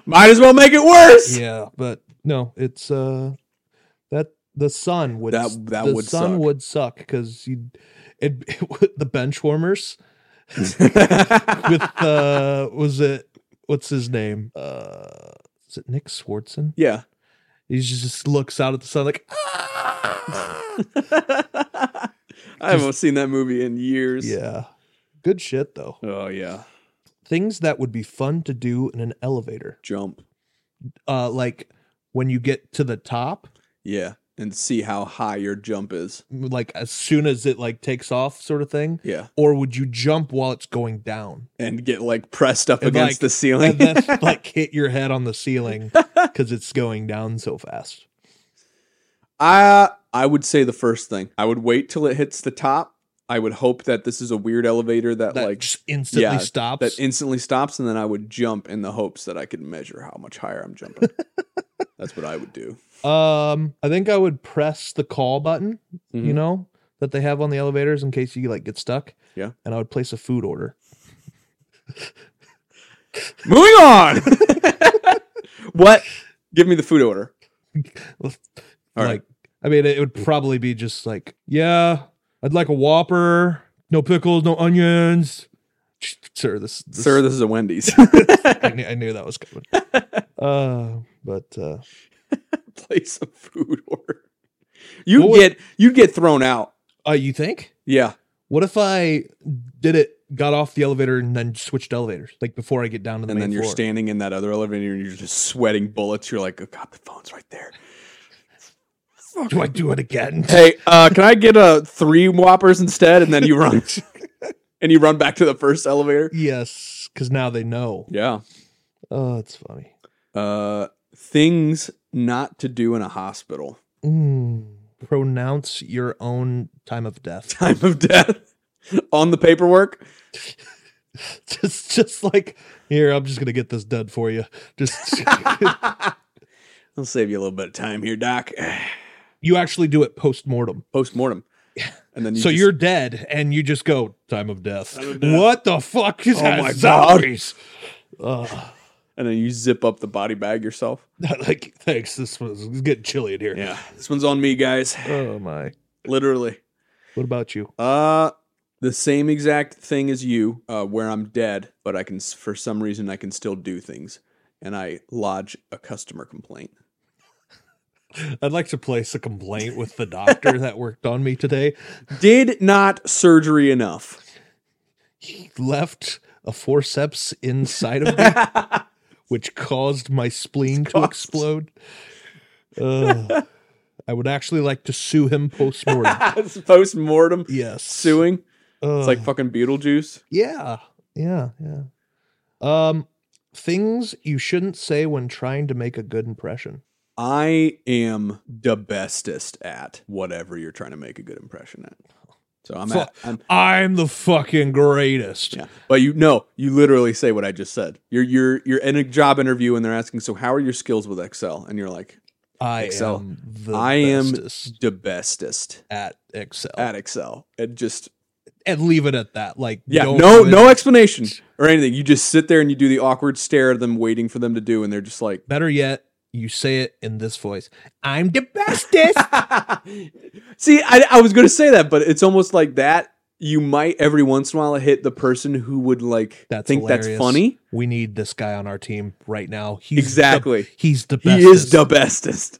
Speaker 1: Might as well make it worse.
Speaker 2: yeah, but no, it's uh that the sun would
Speaker 1: That- that
Speaker 2: the
Speaker 1: would
Speaker 2: sun
Speaker 1: suck.
Speaker 2: would suck because you it, it would- the bench warmers with uh was it what's his name uh is it Nick Swartzen?
Speaker 1: yeah.
Speaker 2: He just looks out at the sun like "Ah."
Speaker 1: I haven't seen that movie in years.
Speaker 2: yeah, good shit though.
Speaker 1: Oh yeah.
Speaker 2: Things that would be fun to do in an elevator.
Speaker 1: Jump.
Speaker 2: uh like when you get to the top
Speaker 1: Yeah. And see how high your jump is.
Speaker 2: like as soon as it like takes off sort of thing
Speaker 1: Yeah.
Speaker 2: or would you jump while it's going down
Speaker 1: And get like pressed up
Speaker 2: And,
Speaker 1: against
Speaker 2: like-
Speaker 1: the ceiling.
Speaker 2: and then like hit your head on the ceiling because it's going down so fast
Speaker 1: I I would say the first thing. I would wait till it hits the top. I would hope that this is a weird elevator that,
Speaker 2: that
Speaker 1: like
Speaker 2: just instantly
Speaker 1: yeah,
Speaker 2: stops
Speaker 1: that instantly stops and then I would jump in the hopes that I could measure how much higher I'm jumping. That's what I would do.
Speaker 2: um i think i would press the call button you
Speaker 1: Mhm.
Speaker 2: know that they have on the elevators in case you like get stuck
Speaker 1: Yeah.
Speaker 2: and i would place a food order
Speaker 1: Moving on. what? Give me the food order. All right.
Speaker 2: like i mean it would probably be just like yeah i'd like a whopper no pickles no onions sir this, this
Speaker 1: Sir, this is a Wendy's.
Speaker 2: I, knew, I knew that was coming uh but uh
Speaker 1: Place a food order. You
Speaker 2: What would-
Speaker 1: get you get thrown out.
Speaker 2: uh you think
Speaker 1: Yeah.
Speaker 2: what if i did it got off the elevator and then switched elevators like before i get down to the
Speaker 1: And
Speaker 2: main
Speaker 1: then you're
Speaker 2: floor
Speaker 1: standing in that other elevator and you're just sweating bullets. You're like, oh god, the phone's right there.
Speaker 2: do i do it again
Speaker 1: Hey, uh, can I get a three whoppers instead? And then you run and you run back to the first elevator.
Speaker 2: yes because now they know
Speaker 1: Yeah.
Speaker 2: oh it's funny
Speaker 1: Uh, things not to do in a hospital.
Speaker 2: Mm. pronounce your own time of death
Speaker 1: Time of death on the paperwork.
Speaker 2: just just like here i'm just gonna get this done for you just
Speaker 1: I'll save you a little bit of time here, Doc.
Speaker 2: you actually do it post-mortem
Speaker 1: Post mortem. And then you
Speaker 2: so
Speaker 1: just-
Speaker 2: you're dead and you just go time of death,
Speaker 1: Time of death.
Speaker 2: what the fuck is
Speaker 1: Oh
Speaker 2: that
Speaker 1: my God.
Speaker 2: zombies? Ugh.
Speaker 1: and then you zip up the body bag yourself.
Speaker 2: like thanks this was it's getting chilly in here
Speaker 1: Yeah. This one's on me, guys.
Speaker 2: oh my
Speaker 1: Literally.
Speaker 2: what about you
Speaker 1: Uh the same exact thing as you, uh, where I'm dead, but I can s- for some reason I can still do things, and I lodge a customer complaint.
Speaker 2: i'd like to place a complaint with the doctor that worked on me today
Speaker 1: Did not surgery enough.
Speaker 2: he left a forceps inside of me
Speaker 1: I
Speaker 2: which caused my spleen to
Speaker 1: Caused.
Speaker 2: explode. Ugh. I would actually like to sue him post mortem.
Speaker 1: Post mortem
Speaker 2: yes,
Speaker 1: suing. It's like
Speaker 2: Ugh.
Speaker 1: fucking Beetlejuice.
Speaker 2: yeah, yeah, yeah. Um, things you shouldn't say when trying to make a good impression.
Speaker 1: I am the bestest at whatever you're trying to make a good impression at. So I'm at, I'm
Speaker 2: I'm the fucking greatest.
Speaker 1: Yeah. But you no, you literally say what I just said. You're you're you're in a job interview and they're asking, so how are your skills with Excel? And you're like,
Speaker 2: I
Speaker 1: Excel.
Speaker 2: am the
Speaker 1: I am-
Speaker 2: bestest
Speaker 1: the bestest
Speaker 2: at Excel,
Speaker 1: at Excel. And just
Speaker 2: and leave it at that. Like,
Speaker 1: yeah,
Speaker 2: don't
Speaker 1: no
Speaker 2: do it.
Speaker 1: no explanation or anything. You just sit there and you do the awkward stare at them waiting for them to do, and they're just like
Speaker 2: Better yet, you say it in this voice. I'm the bestest.
Speaker 1: See, I, I was gonna say that, but it's almost like that. You might every once in a while hit the person who would like
Speaker 2: That's
Speaker 1: think that's
Speaker 2: hilarious.
Speaker 1: funny.
Speaker 2: we need this guy on our team right now. He's
Speaker 1: Exactly.
Speaker 2: The, he's the best.
Speaker 1: He is the bestest.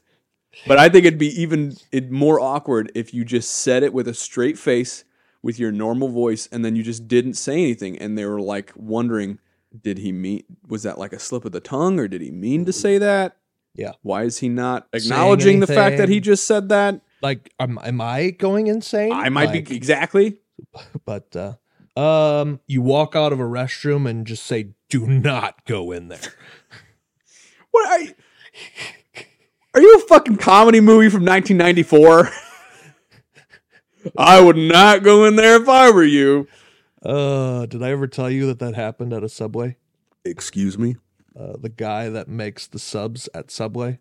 Speaker 1: But I think it'd be even it, more awkward if you just said it with a straight face with your normal voice and then you just didn't say anything and they were like wondering did he mean was that like a slip of the tongue or did he mean to say that?
Speaker 2: Yeah.
Speaker 1: Why is he not
Speaker 2: Saying
Speaker 1: acknowledging the fact that he
Speaker 2: anything.
Speaker 1: just said that?
Speaker 2: Like, am, am I going insane?
Speaker 1: I might
Speaker 2: Like,
Speaker 1: be exactly.
Speaker 2: but uh um you walk out of a restroom and just say do not go in there
Speaker 1: What are you? Are you a fucking comedy movie from 1994? I would not go in there if I were you.
Speaker 2: uh did i ever tell you that that happened at a subway
Speaker 1: Excuse me?
Speaker 2: uh, the guy that makes the subs at subway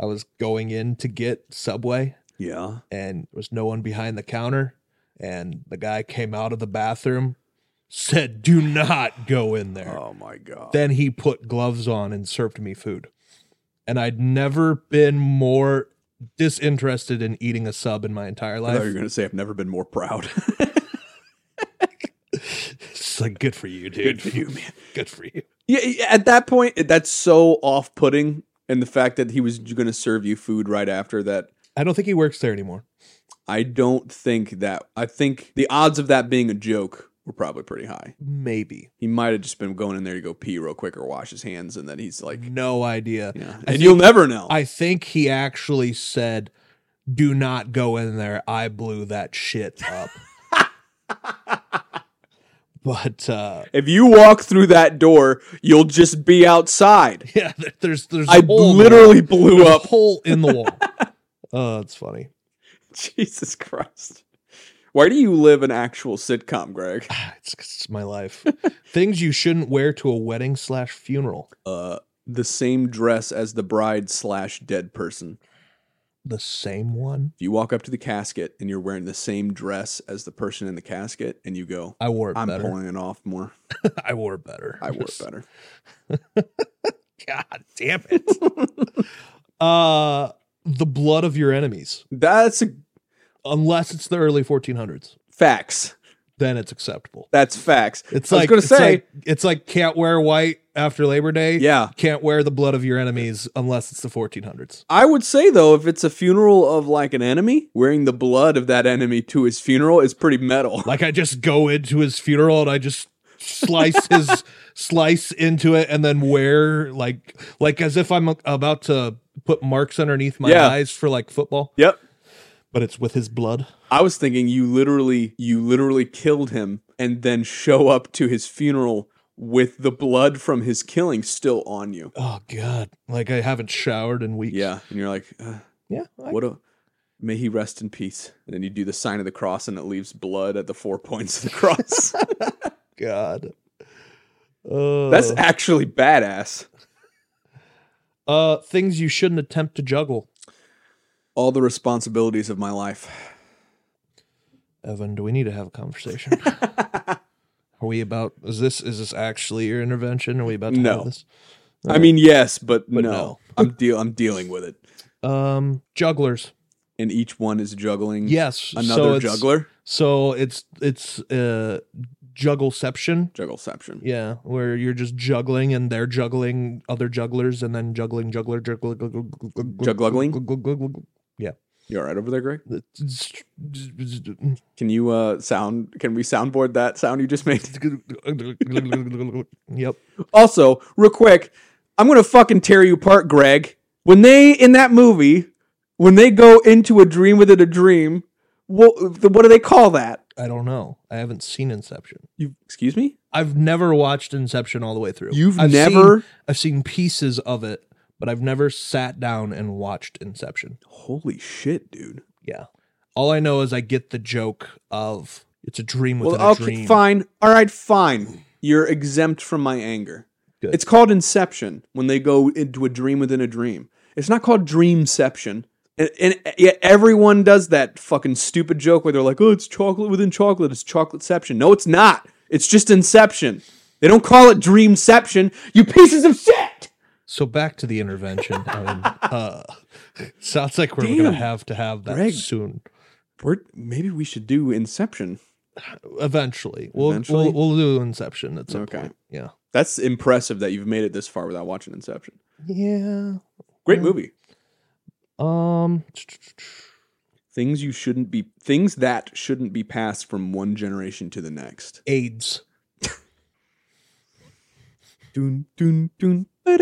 Speaker 2: i was going in to get subway
Speaker 1: Yeah.
Speaker 2: and there was no one behind the counter and the guy came out of the bathroom said do not go in there
Speaker 1: Oh my god.
Speaker 2: then he put gloves on and served me food and i'd never been more disinterested in eating a sub in my entire
Speaker 1: I thought you were
Speaker 2: life
Speaker 1: going to say I've never been more proud.
Speaker 2: it's like good for you dude
Speaker 1: Good for you, man.
Speaker 2: good for you
Speaker 1: Yeah, yeah, at that point, that's so off-putting, and the fact that he was going to serve you food right after that,
Speaker 2: i don't think he works there anymore
Speaker 1: I don't think that. I think the odds of that being a joke were probably pretty high.
Speaker 2: maybe
Speaker 1: He might have just been going in there to go pee real quick or wash his hands, and then he's like,
Speaker 2: no idea
Speaker 1: yeah, and you'll never know.
Speaker 2: i think he actually said do not go in there i blew that shit up but uh
Speaker 1: if you walk through that door, you'll just be outside.
Speaker 2: yeah there- there's there's
Speaker 1: I
Speaker 2: a hole in the
Speaker 1: literally
Speaker 2: wall.
Speaker 1: blew
Speaker 2: There's a
Speaker 1: up.
Speaker 2: hole in the wall oh it's funny
Speaker 1: Jesus Christ. Why do you live an actual sitcom, Greg?
Speaker 2: it's, it's my life. Things you shouldn't wear to a wedding slash funeral.
Speaker 1: Uh, the same dress as the bride slash dead person.
Speaker 2: The same one.
Speaker 1: If you walk up to the casket and you're wearing the same dress as the person in the casket and you go,
Speaker 2: I wore it
Speaker 1: I'm
Speaker 2: better.
Speaker 1: pulling it off more.
Speaker 2: I wore it better.
Speaker 1: I wore it better.
Speaker 2: God damn it. uh, the blood of your enemies.
Speaker 1: That's a,
Speaker 2: Unless it's the early 1400s,
Speaker 1: facts.
Speaker 2: then it's acceptable.
Speaker 1: That's facts.
Speaker 2: It's
Speaker 1: I was
Speaker 2: like
Speaker 1: gonna
Speaker 2: it's
Speaker 1: say-
Speaker 2: like, it's like can't wear white after Labor Day.
Speaker 1: Yeah.
Speaker 2: Can't wear the blood of your enemies unless it's the 1400s.
Speaker 1: I would say though, if it's a funeral of like an enemy, wearing the blood of that enemy to his funeral is pretty metal.
Speaker 2: Like I just go into his funeral and I just slice his slice into it and then wear like like as if I'm about to put marks underneath my
Speaker 1: Yeah.
Speaker 2: eyes for like football,
Speaker 1: Yep.
Speaker 2: but it's with his blood.
Speaker 1: I was thinking you literally you literally killed him and then show up to his funeral with the blood from his killing still on you.
Speaker 2: Oh god. Like I haven't showered in weeks.
Speaker 1: Yeah, and you're like, "Ugh."
Speaker 2: Yeah. I-
Speaker 1: What a may he rest in peace. And then you do the sign of the cross and it leaves blood at the four points of the cross.
Speaker 2: god. Uh,
Speaker 1: That's actually badass.
Speaker 2: uh things you shouldn't attempt to juggle.
Speaker 1: All the responsibilities of my life.
Speaker 2: Evan, do we need to have a conversation? Are we about is this is this actually your intervention? Are we about to
Speaker 1: No.
Speaker 2: have this?
Speaker 1: I mean, yes, but,
Speaker 2: But
Speaker 1: no.
Speaker 2: no.
Speaker 1: I'm deal I'm dealing with it.
Speaker 2: Um jugglers.
Speaker 1: And each one is juggling
Speaker 2: Yes. so
Speaker 1: another
Speaker 2: it's-
Speaker 1: juggler.
Speaker 2: So it's it's uh juggleception.
Speaker 1: Juggleception.
Speaker 2: Yeah, where you're just juggling and they're juggling other jugglers and then juggling juggler juggler juggling.
Speaker 1: You all right over there, Greg?
Speaker 2: Yep.
Speaker 1: Can you uh sound can we soundboard that sound you just made? Also, real quick, I'm gonna fucking tear you apart, Greg. When they in that movie, when they go into a dream within a dream, what what do they call that?
Speaker 2: I don't know. I haven't seen Inception.
Speaker 1: You excuse me?
Speaker 2: I've never watched Inception all the way through.
Speaker 1: You've
Speaker 2: I've
Speaker 1: never
Speaker 2: seen, I've seen pieces of it, but I've never sat down and watched Inception.
Speaker 1: holy shit, dude.
Speaker 2: Yeah. All I know is I get the joke of it's a dream
Speaker 1: Well,
Speaker 2: within a
Speaker 1: okay,
Speaker 2: dream.
Speaker 1: fine. All right, fine. You're exempt from my anger.
Speaker 2: Good.
Speaker 1: It's called Inception when they go into a dream within a dream. It's not called Dreamception. And, and yet everyone does that fucking stupid joke where they're like, oh, it's chocolate within chocolate. It's chocolateception. No, it's not. It's just Inception. They don't call it Dreamception. You pieces of shit.
Speaker 2: So back to the intervention. I mean, uh, sounds like we're
Speaker 1: Damn,
Speaker 2: gonna have to have that
Speaker 1: Greg.
Speaker 2: soon.
Speaker 1: We're, maybe we should do Inception.
Speaker 2: Eventually, we'll
Speaker 1: Eventually?
Speaker 2: we'll we'll do Inception at some
Speaker 1: Okay.
Speaker 2: point. Yeah,
Speaker 1: That's impressive that you've made it this far without watching Inception.
Speaker 2: yeah.
Speaker 1: Great
Speaker 2: Mm.
Speaker 1: movie.
Speaker 2: Um,
Speaker 1: Things you shouldn't be things that shouldn't be passed from one generation to the next.
Speaker 2: AIDS.
Speaker 1: Dun, dun, dun. You're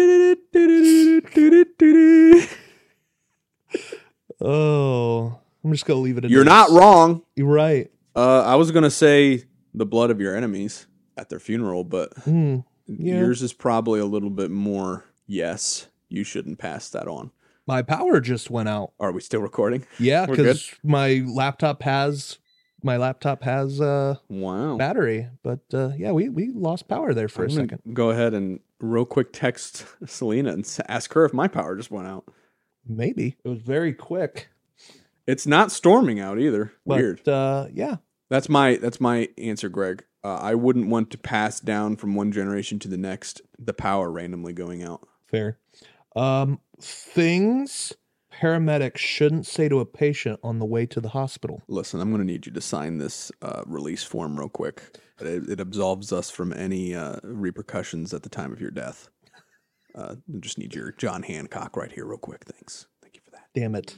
Speaker 2: Oh, I'm just gonna leave it. At AIDS.
Speaker 1: not wrong.
Speaker 2: You're right.
Speaker 1: Uh, I was gonna say the blood of your enemies at their funeral, but
Speaker 2: Hmm. Yeah.
Speaker 1: yours is probably a little bit more. Yes, you shouldn't pass that on.
Speaker 2: My power just went out.
Speaker 1: Are we still recording?
Speaker 2: Yeah,
Speaker 1: We're good.
Speaker 2: because my laptop has my laptop has uh
Speaker 1: Wow.
Speaker 2: battery, but uh yeah, we we lost power there for a
Speaker 1: I'm gonna
Speaker 2: second.
Speaker 1: Go ahead and real quick text Selena and s- ask her if my power just went out.
Speaker 2: Maybe it was very quick.
Speaker 1: It's not storming out either.
Speaker 2: But
Speaker 1: Weird.
Speaker 2: uh yeah,
Speaker 1: That's my that's my answer, Greg. Uh, I wouldn't want to pass down from one generation to the next the power randomly going out.
Speaker 2: fair. Um things paramedics shouldn't say to a patient on the way to the hospital.
Speaker 1: Listen, I'm going to need you to sign this uh, release form real quick. It, it absolves us from any uh, repercussions at the time of your death. Uh, I just need your John Hancock right here, real quick. Thanks. Thank you for that.
Speaker 2: Damn it.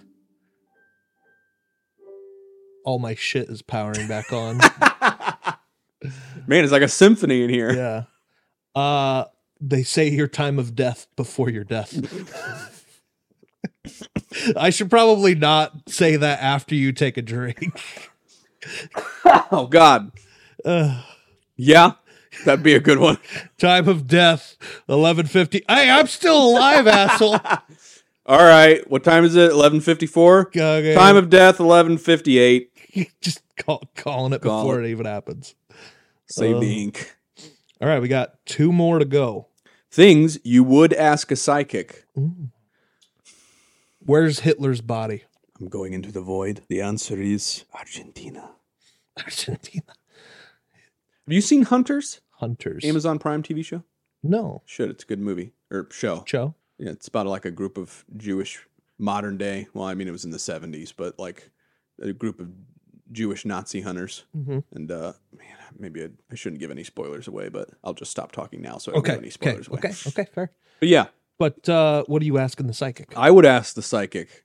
Speaker 2: All my shit is powering back on.
Speaker 1: Man, it's like a symphony in here.
Speaker 2: yeah. Uh they say your time of death before your death. I should probably not say that after you take a drink.
Speaker 1: Oh God, Uh.
Speaker 2: Ugh.
Speaker 1: yeah, that'd be a good one.
Speaker 2: time of death 11:50. Hey, I'm still alive, asshole.
Speaker 1: All right, what time is it? Eleven fifty-four.
Speaker 2: Okay.
Speaker 1: Time of death, eleven fifty-eight.
Speaker 2: just call, calling it
Speaker 1: Call
Speaker 2: before it. even happens.
Speaker 1: Save
Speaker 2: Um,
Speaker 1: the ink.
Speaker 2: All right, we got two more to go.
Speaker 1: Things you would ask a psychic.
Speaker 2: Mm. Where's Hitler's body?
Speaker 1: I'm going into the void. The answer is Argentina.
Speaker 2: Argentina.
Speaker 1: Have you seen Hunters?
Speaker 2: Hunters.
Speaker 1: Amazon Prime TV show?
Speaker 2: No.
Speaker 1: Should. It's a good movie or show.
Speaker 2: Joe.
Speaker 1: Yeah, it's about like a group of Jewish modern day. Well, I mean, it was in the 70s, but like a group of Jewish Nazi hunters.
Speaker 2: Mhm.
Speaker 1: And uh, man, maybe I, I shouldn't give any spoilers away, but I'll just stop talking now so I don't
Speaker 2: Okay.
Speaker 1: give any
Speaker 2: Okay.
Speaker 1: spoilers away.
Speaker 2: Okay. Okay. Fair.
Speaker 1: But yeah,
Speaker 2: But uh, what are you asking the psychic?
Speaker 1: I would ask the psychic.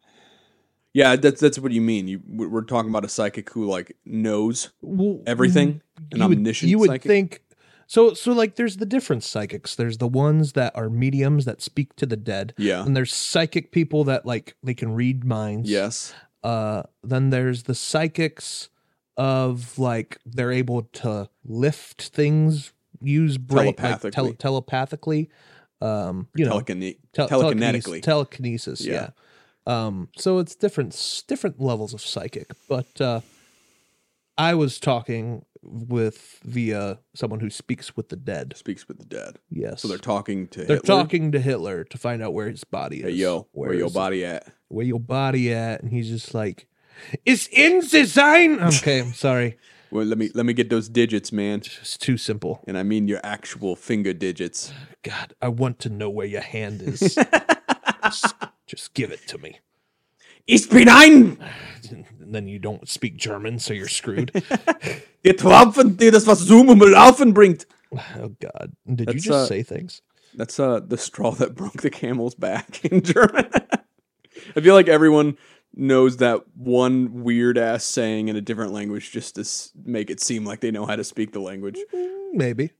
Speaker 1: Yeah, that's that's what you mean. You we're we're talking about a psychic who like knows
Speaker 2: Well,
Speaker 1: everything, an
Speaker 2: Mm-hmm. you would,
Speaker 1: omniscient
Speaker 2: you would
Speaker 1: psychic.
Speaker 2: think so. So like, there's the different psychics. There's the ones that are mediums that speak to the dead,
Speaker 1: yeah.
Speaker 2: and there's psychic people that like they can read minds.
Speaker 1: Yes.
Speaker 2: Uh, then there's the psychics of like they're able to lift things, use brain like, tele-
Speaker 1: Telepathically.
Speaker 2: telepathically. Um, you know,
Speaker 1: Telekine-
Speaker 2: tel-
Speaker 1: telekinetically.
Speaker 2: telekines- telekinesis yeah.
Speaker 1: Yeah.
Speaker 2: um so it's different s- different levels of psychic but uh i was talking with via someone who speaks with the dead
Speaker 1: speaks with the dead.
Speaker 2: yes
Speaker 1: So they're talking to
Speaker 2: They're
Speaker 1: Hitler.
Speaker 2: talking to hitler to find out where his body is
Speaker 1: Hey yo, where, your
Speaker 2: is it?
Speaker 1: body at?
Speaker 2: where your body at and he's just like it's in the sign okay i'm sorry
Speaker 1: Well, let me let me get those digits, man.
Speaker 2: it's too simple
Speaker 1: And I mean your actual finger digits.
Speaker 2: god i want to know where your hand is just, just give it to me
Speaker 1: Ich bin ein
Speaker 2: and then you don't speak german so you're screwed
Speaker 1: getroffen, dir das was Zoom um Laufen bringt.
Speaker 2: Oh God! Did you
Speaker 1: That's,
Speaker 2: just
Speaker 1: uh,
Speaker 2: say things?
Speaker 1: That's uh the straw that broke the camel's back in German. I feel like everyone knows that one weird ass saying in a different language just to s- make it seem like they know how to speak the language. mm,
Speaker 2: Maybe.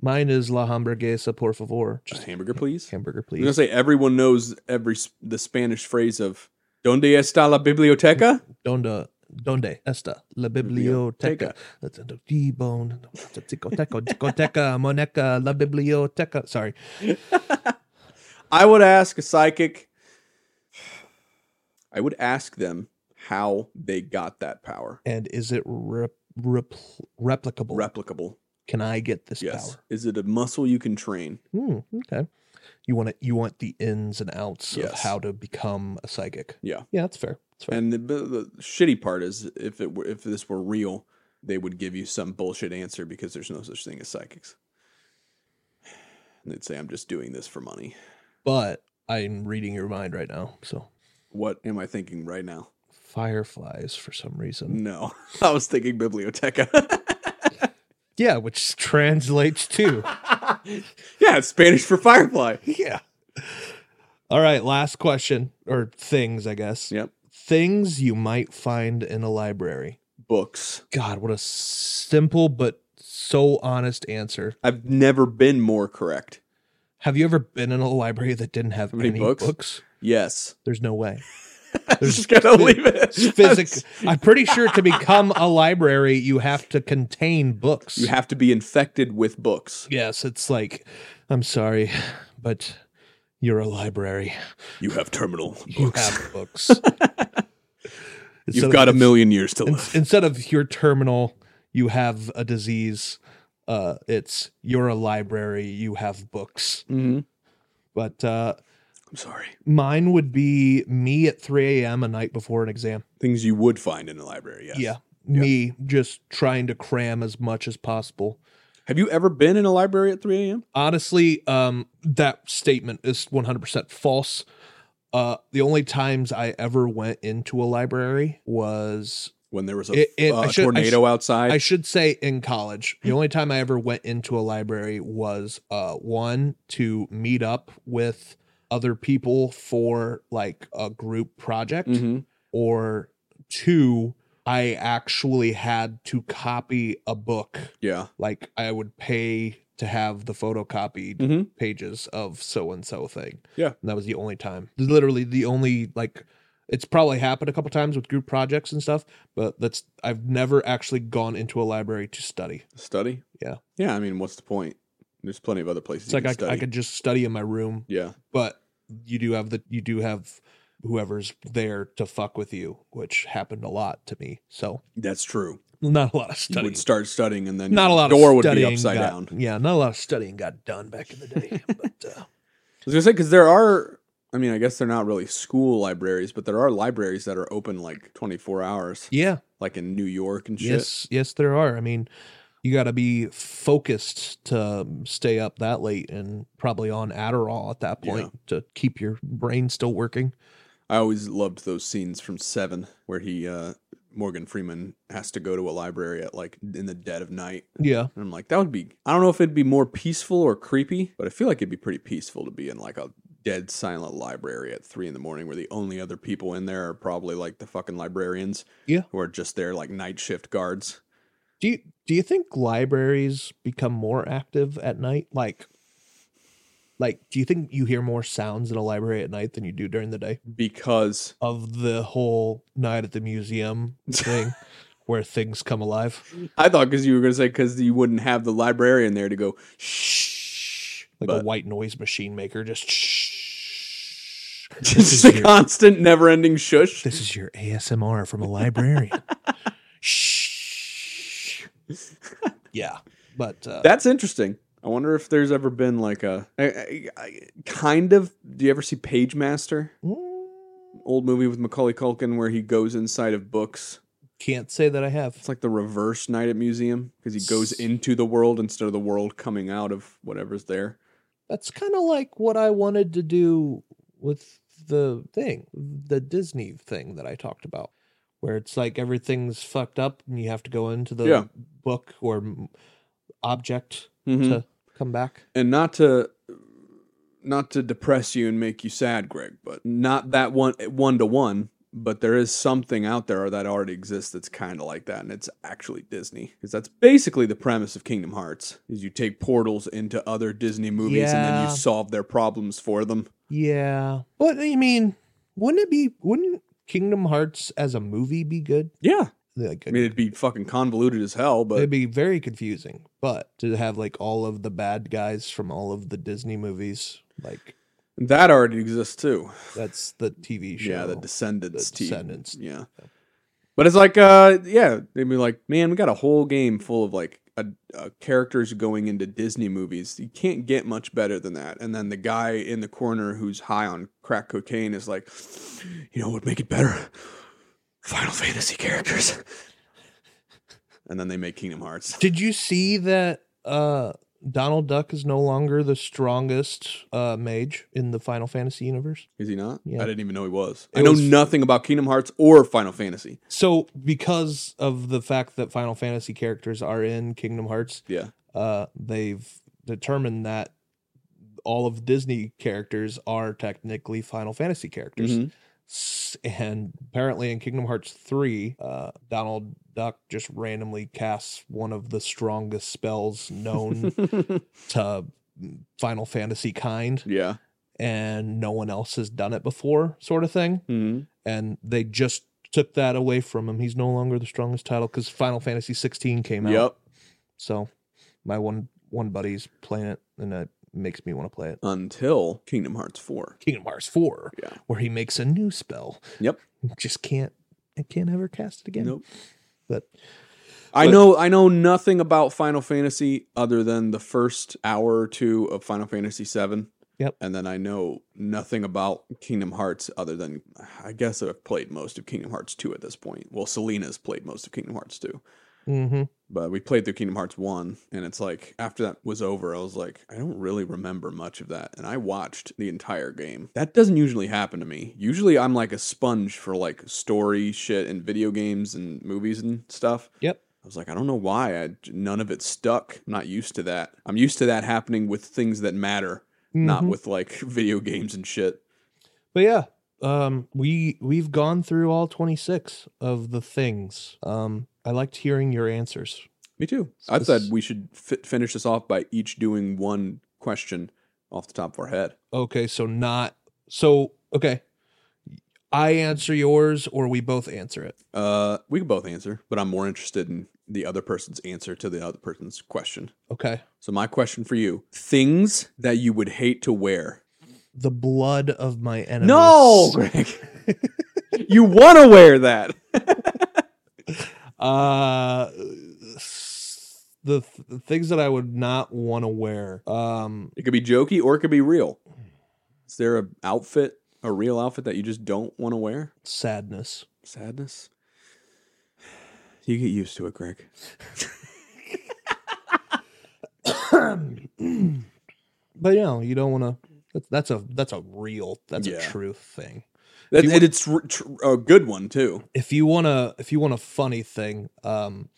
Speaker 2: Mine is la hamburguesa, por favor.
Speaker 1: Just
Speaker 2: Just
Speaker 1: hamburger, please.
Speaker 2: hamburger,
Speaker 1: I'm gonna
Speaker 2: please.
Speaker 1: say everyone knows every s- the Spanish phrase of "Donde está la biblioteca?"
Speaker 2: Donde, donde esta la biblioteca? D-bone, ticoteca, ticoteca, moneca, la biblioteca. Sorry.
Speaker 1: I would ask a psychic. I would ask them how they got that power,
Speaker 2: And is it rep, rep, replicable?
Speaker 1: replicable.
Speaker 2: Can I get this
Speaker 1: Yes,
Speaker 2: power?
Speaker 1: is it a muscle you can train?
Speaker 2: Hmm, okay. You want it, You want the ins and outs of
Speaker 1: Yes.
Speaker 2: how to become a psychic.
Speaker 1: Yeah.
Speaker 2: Yeah, that's fair. That's fair.
Speaker 1: And the, the, the shitty part is, if it were, if this were real, they would give you some bullshit answer because there's no such thing as psychics. And they'd say, "I'm just doing this for money."
Speaker 2: but I'm reading your mind right now, so.
Speaker 1: What am I thinking right now?
Speaker 2: fireflies for some reason.
Speaker 1: No, I was thinking biblioteca.
Speaker 2: Yeah, which translates to.
Speaker 1: yeah, it's Spanish for firefly.
Speaker 2: yeah. All right, last question or things, I guess.
Speaker 1: Yep.
Speaker 2: Things you might find in a library.
Speaker 1: Books.
Speaker 2: God, what a simple but so honest answer.
Speaker 1: I've never been more correct.
Speaker 2: Have you ever been in a library that didn't have
Speaker 1: How many
Speaker 2: any
Speaker 1: books?
Speaker 2: books?
Speaker 1: Yes.
Speaker 2: There's no way. There's
Speaker 3: just gonna
Speaker 2: phy-
Speaker 3: leave it.
Speaker 2: Physic- I'm pretty sure to become a library, you have to contain books.
Speaker 1: You have to be infected with books.
Speaker 2: yes, it's like, I'm sorry, but you're a library.
Speaker 1: You have terminal
Speaker 2: You have books. Instead
Speaker 1: You've
Speaker 2: of-
Speaker 1: got a million years to
Speaker 2: in-
Speaker 1: live.
Speaker 2: instead of your terminal, you have a disease. Uh, it's you're a library. You have books.
Speaker 1: Mm-hmm.
Speaker 2: But uh,
Speaker 1: I'm sorry.
Speaker 2: mine would be me at 3 a.m. a night before an exam.
Speaker 1: Things you would find in a library. Yes.
Speaker 2: Yeah.
Speaker 1: Yeah.
Speaker 2: Me just trying to cram as much as possible.
Speaker 1: Have you ever been in a library at 3 a.m.?
Speaker 2: Honestly, um, that statement is 100% false. Uh, the only times I ever went into a library was,
Speaker 1: When there was a,
Speaker 2: It- it-
Speaker 1: uh,
Speaker 2: I should- I
Speaker 1: tornado outside.
Speaker 2: I should say, in college. The only time I ever went into a library was uh, one to meet up with other people for like a group project.
Speaker 1: Mhm.
Speaker 2: or two, I actually had to copy a book.
Speaker 1: Yeah.
Speaker 2: Like I would pay to have the photocopied
Speaker 1: Mhm.
Speaker 2: pages of so and so thing.
Speaker 1: Yeah.
Speaker 2: And that was the only time. Literally the only like it's probably happened a couple times with group projects and stuff, but that's I've never actually gone into a library to study.
Speaker 1: Study.
Speaker 2: Yeah.
Speaker 1: Yeah. I mean, what's the point? There's plenty of other places
Speaker 2: It's
Speaker 1: you
Speaker 2: like
Speaker 1: can
Speaker 2: I,
Speaker 1: study.
Speaker 2: I could just study in my room,
Speaker 1: yeah.
Speaker 2: but you do have the you do have whoever's there to fuck with you, which happened a lot to me. So
Speaker 1: That's true.
Speaker 2: not a lot of
Speaker 1: You
Speaker 2: studying.
Speaker 1: would start studying and then
Speaker 2: not a lot
Speaker 1: door
Speaker 2: of
Speaker 1: would
Speaker 2: studying
Speaker 1: be upside
Speaker 2: got,
Speaker 1: down.
Speaker 2: Yeah, not a lot of studying got done back in the day. but uh,
Speaker 1: I was gonna say because there are. I mean, I guess they're not really school libraries, but there are libraries that are open like 24 hours,
Speaker 2: yeah,
Speaker 1: like in New York and shit.
Speaker 2: yes, yes, there are. I mean, you got to be focused to um, stay up that late and probably on Adderall at that point to keep your brain still working.
Speaker 1: I always loved those scenes from Seven where he, uh, Morgan Freeman, has to go to a library at like in the dead of night.
Speaker 2: Yeah,
Speaker 1: And I'm like, that would be. I don't know if it'd be more peaceful or creepy, but I feel like it'd be pretty peaceful to be in like a dead silent library at three in the morning where the only other people in there are probably like the fucking librarians.
Speaker 2: Yeah.
Speaker 1: Who are just there like night shift guards.
Speaker 2: do you do you think libraries become more active at night? Like, like do you think you hear more sounds in a library at night than you do during the day?
Speaker 1: Because
Speaker 2: Of the whole night at the museum thing, where things come alive.
Speaker 1: I thought because you were going to say because you wouldn't have the librarian there to go shh,
Speaker 2: like a
Speaker 1: but
Speaker 2: white noise machine maker just shh. this,
Speaker 1: just
Speaker 2: is
Speaker 1: a
Speaker 2: your,
Speaker 1: constant, never-ending shush.
Speaker 2: this is your asmr from a librarian shh yeah but uh,
Speaker 1: That's interesting. I wonder if there's ever been like a, I- I- I- kind of. Do you ever see Pagemaster?
Speaker 2: mm,
Speaker 1: Old movie with Macaulay Culkin where he goes inside of books.
Speaker 2: can't say that i have
Speaker 1: It's like the reverse night at museum because he goes into the world instead of the world coming out of whatever's there.
Speaker 2: that's kind of like what i wanted to do with the thing the disney thing that i talked about where it's like everything's fucked up and you have to go into the
Speaker 1: Yeah.
Speaker 2: book or m- object
Speaker 1: Mhm.
Speaker 2: to come back
Speaker 1: and not to not to depress you and make you sad greg but not that one one to one but there is something out there that already exists that's kind of like that and it's actually disney because that's basically the premise of kingdom hearts is you take portals into other disney movies and then
Speaker 2: Yeah.
Speaker 1: you solve their problems for them
Speaker 2: Yeah. But I mean, wouldn't it be wouldn't Kingdom Hearts as a movie be good?
Speaker 1: yeah
Speaker 2: Like
Speaker 1: i mean it'd be fucking convoluted as hell but
Speaker 2: it'd be very confusing. But to have like all of the bad guys from all of the Disney movies, like
Speaker 1: that already exists too
Speaker 2: that's the TV show.
Speaker 1: Yeah, the Descendants
Speaker 2: The
Speaker 1: team.
Speaker 2: Descendants.
Speaker 1: Yeah. But it's like, uh, yeah, they'd be like, man, we got a whole game full of like a, uh characters going into Disney movies. You can't get much better than that. And then the guy in the corner who's high on crack cocaine is like, you know what would make it better? Final Fantasy characters. And then they make Kingdom Hearts.
Speaker 2: Did you see that uh Donald Duck is no longer the strongest uh mage in the Final Fantasy universe?
Speaker 1: Is he not?
Speaker 2: Yeah.
Speaker 1: I didn't even know he was. I
Speaker 2: It
Speaker 1: know
Speaker 2: was-
Speaker 1: nothing about Kingdom Hearts or Final Fantasy.
Speaker 2: So because of the fact that Final Fantasy characters are in Kingdom Hearts,
Speaker 1: Yeah.
Speaker 2: uh, they've determined that all of Disney characters are technically Final Fantasy characters.
Speaker 1: Mhm.
Speaker 2: S- And apparently, in Kingdom Hearts 3, uh, Donald Duck just randomly casts one of the strongest spells known to Final Fantasy kind.
Speaker 1: yeah.
Speaker 2: and no one else has done it before, sort of thing.
Speaker 1: hmm
Speaker 2: And they just took that away from him. He's no longer the strongest title because Final Fantasy 16 came out.
Speaker 1: Yep.
Speaker 2: So my one one buddy's playing it, and that makes me want to play it.
Speaker 1: Until Kingdom Hearts 4.
Speaker 2: Kingdom Hearts 4,
Speaker 1: Yeah.
Speaker 2: where he makes a new spell.
Speaker 1: Yep.
Speaker 2: Just can't. I can't ever cast it again.
Speaker 1: Nope.
Speaker 2: But
Speaker 1: I
Speaker 2: But-
Speaker 1: know I know nothing about Final Fantasy other than the first hour or two of Final Fantasy VII.
Speaker 2: Yep.
Speaker 1: And then I know nothing about Kingdom Hearts other than I guess I've played most of Kingdom Hearts 2 at this point. Well, Selena's played most of Kingdom Hearts 2.
Speaker 2: hmm
Speaker 1: But we played through Kingdom Hearts 1 and it's like after that was over, I was like, I don't really remember much of that. And I watched the entire game. That doesn't usually happen to me. Usually I'm like a sponge for like story shit and video games and movies and stuff.
Speaker 2: Yep.
Speaker 1: I was like, I don't know why. I, none of it stuck. I'm not used to that. I'm used to that happening with things that matter, not
Speaker 2: Mhm.
Speaker 1: with like video games and shit.
Speaker 2: But yeah, um, we we've gone through all twenty six of the things. Um, I liked hearing your answers.
Speaker 1: Me too.
Speaker 2: So
Speaker 1: I said
Speaker 2: this-
Speaker 1: we should fi- finish this off by each doing one question off the top of our head.
Speaker 2: Okay, so not so okay. I answer yours, or we both answer it.
Speaker 1: Uh, we could both answer, but I'm more interested in the other person's answer to the other person's question.
Speaker 2: Okay.
Speaker 1: So my question for you: things that you would hate to wear.
Speaker 2: The blood of my enemies.
Speaker 1: No, Greg. you want to wear that.
Speaker 2: Uh, s- the, th- the things that I would not want to wear. Um,
Speaker 1: It could be jokey or it could be real. Is there a outfit, a real outfit that you just don't want to wear?
Speaker 2: sadness.
Speaker 1: Sadness. You get used to it, Greg.
Speaker 2: but you know, you don't want to. That's a that's a real that's a
Speaker 1: Yeah.
Speaker 2: true thing.
Speaker 1: That,
Speaker 2: you
Speaker 1: and it's r- tr- a good one too.
Speaker 2: if you want to if you want a funny thing um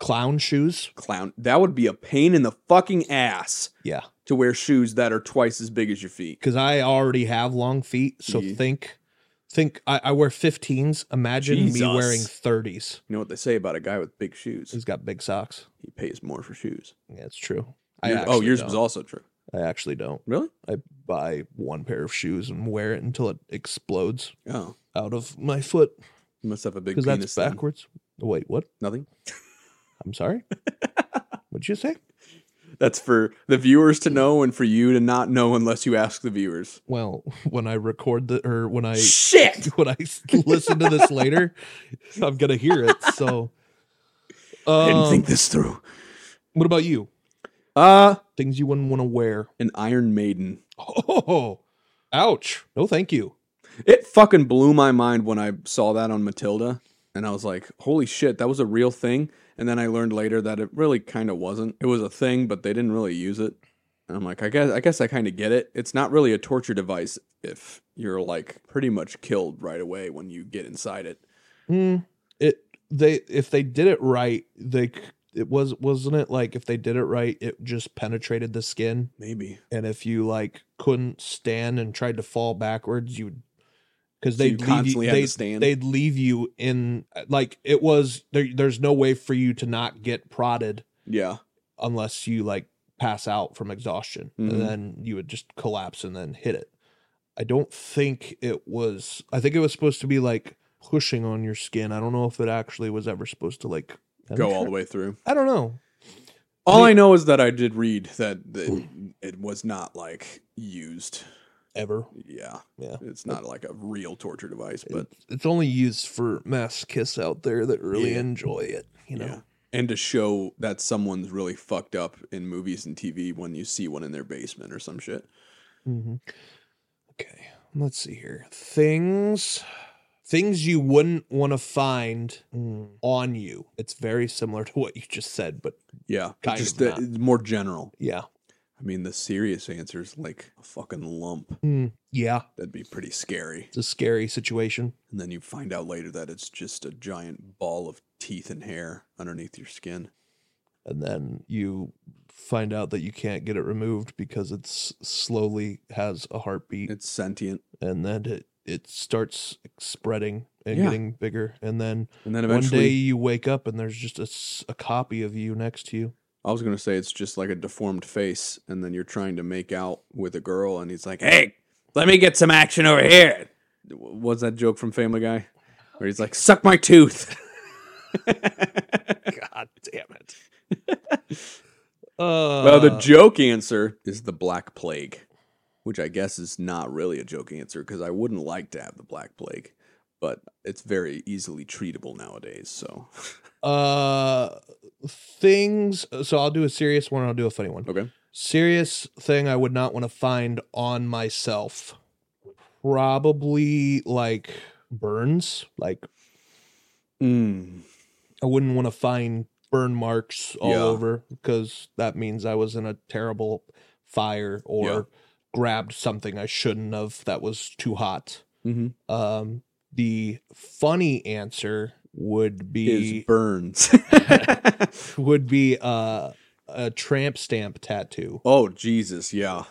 Speaker 2: clown shoes
Speaker 1: Clown. That would be a pain in the fucking ass
Speaker 2: yeah
Speaker 1: to wear shoes that are twice as big as your feet.
Speaker 2: because i already have long feet so
Speaker 1: Yeah.
Speaker 2: think think I, I wear 15s imagine
Speaker 1: Jesus.
Speaker 2: me wearing 30s
Speaker 1: You know what they say about a guy with big shoes?
Speaker 2: he's got big socks
Speaker 1: He pays more for shoes.
Speaker 2: yeah it's true
Speaker 1: Yours-
Speaker 2: I
Speaker 1: oh, yours
Speaker 2: do
Speaker 1: was also true.
Speaker 2: i actually don't
Speaker 1: Really?
Speaker 2: i buy one pair of shoes and wear it until it explodes
Speaker 1: Oh,
Speaker 2: out of my foot
Speaker 1: you must have a big
Speaker 2: because
Speaker 1: penis.
Speaker 2: that's
Speaker 1: then.
Speaker 2: backwards wait what
Speaker 1: Nothing.
Speaker 2: i'm sorry what'd you say
Speaker 1: That's for the viewers to know and for you to not know unless you ask the viewers.
Speaker 2: well when i record the or when i
Speaker 1: Shit.
Speaker 2: when I s- listen to this later, I'm gonna hear it. So, um,
Speaker 1: this through.
Speaker 2: what about you?
Speaker 1: Uh
Speaker 2: Things you wouldn't want to wear?
Speaker 1: an Iron Maiden.
Speaker 2: Oh, ouch! No, thank you.
Speaker 1: It fucking blew my mind when I saw that on Matilda and I was like, "Holy shit, that was a real thing." And then I learned later that it really kind of wasn't. It was a thing, but they didn't really use it. And I'm like, "I guess I guess I kind of get it. It's not really a torture device if you're like pretty much killed right away when you get inside it."
Speaker 2: Mm, it they if they did it right, they c- it was wasn't it like if they did it right, it just penetrated the skin,
Speaker 1: Maybe.
Speaker 2: and if you like couldn't stand and tried to fall backwards, you because
Speaker 1: So
Speaker 2: they
Speaker 1: you constantly
Speaker 2: constantly you,
Speaker 1: had
Speaker 2: they
Speaker 1: to stand.
Speaker 2: they'd leave you in like it was there there's no way for you to not get prodded
Speaker 1: yeah.
Speaker 2: unless you like pass out from exhaustion
Speaker 1: Mhm.
Speaker 2: and then you would just collapse and then hit it i don't think it was i think it was supposed to be like pushing on your skin i don't know if it actually was ever supposed to like
Speaker 1: Go all the way through.
Speaker 2: i don't know
Speaker 1: All
Speaker 2: Me-
Speaker 1: I know is that I did read that it, it was not like used.
Speaker 2: ever
Speaker 1: Yeah.
Speaker 2: Yeah.
Speaker 1: It's not like a real torture device, but
Speaker 2: but it's only used for mass kiss out there that really
Speaker 1: Yeah.
Speaker 2: enjoy it you know
Speaker 1: Yeah. And to show that someone's really fucked up in movies and TV when you see one in their basement or some shit.
Speaker 2: Mm-hmm. Okay, let's see here. Things, things you wouldn't want to find
Speaker 1: Mm.
Speaker 2: on you. It's very similar to what you just said, but
Speaker 1: Yeah.
Speaker 2: Kind
Speaker 1: just
Speaker 2: of
Speaker 1: the,
Speaker 2: not.
Speaker 1: it's more general.
Speaker 2: yeah,
Speaker 1: I mean, the serious answer is like a fucking lump.
Speaker 2: Mm, yeah,
Speaker 1: That'd be pretty scary.
Speaker 2: it's a scary situation.
Speaker 1: And then you find out later that it's just a giant ball of teeth and hair underneath your skin.
Speaker 2: And then you find out that you can't get it removed because it's slowly has a heartbeat,
Speaker 1: It's sentient.
Speaker 2: and then it it starts spreading and
Speaker 1: Yeah.
Speaker 2: getting bigger, and then
Speaker 1: And then
Speaker 2: one day
Speaker 1: eventually,
Speaker 2: you wake up and there's just a, s- a copy of you next to you.
Speaker 1: I was going to say it's just like a deformed face. And then you're trying to make out with a girl, and he's like, hey, Let me get some action over here. W- Was that joke from Family Guy? Where he's like, suck my tooth.
Speaker 2: God damn it. uh,
Speaker 1: well, the joke answer is the Black Plague, which I guess is not really a joke answer because I wouldn't like to have the Black Plague, but it's very easily treatable nowadays. So,
Speaker 2: uh, things. So I'll do a serious one. I'll do a funny one.
Speaker 1: okay.
Speaker 2: Serious thing I would not want to find on myself. Probably like burns. Like
Speaker 1: Mm.
Speaker 2: I wouldn't want to find burn marks all
Speaker 1: Yeah.
Speaker 2: over because that means I was in a terrible fire or
Speaker 1: Yeah.
Speaker 2: grabbed something I shouldn't have that was too hot.
Speaker 1: hmm
Speaker 2: Um, the funny answer would be
Speaker 1: Is burns.
Speaker 2: would be uh, a tramp stamp tattoo.
Speaker 1: oh, Jesus. Yeah.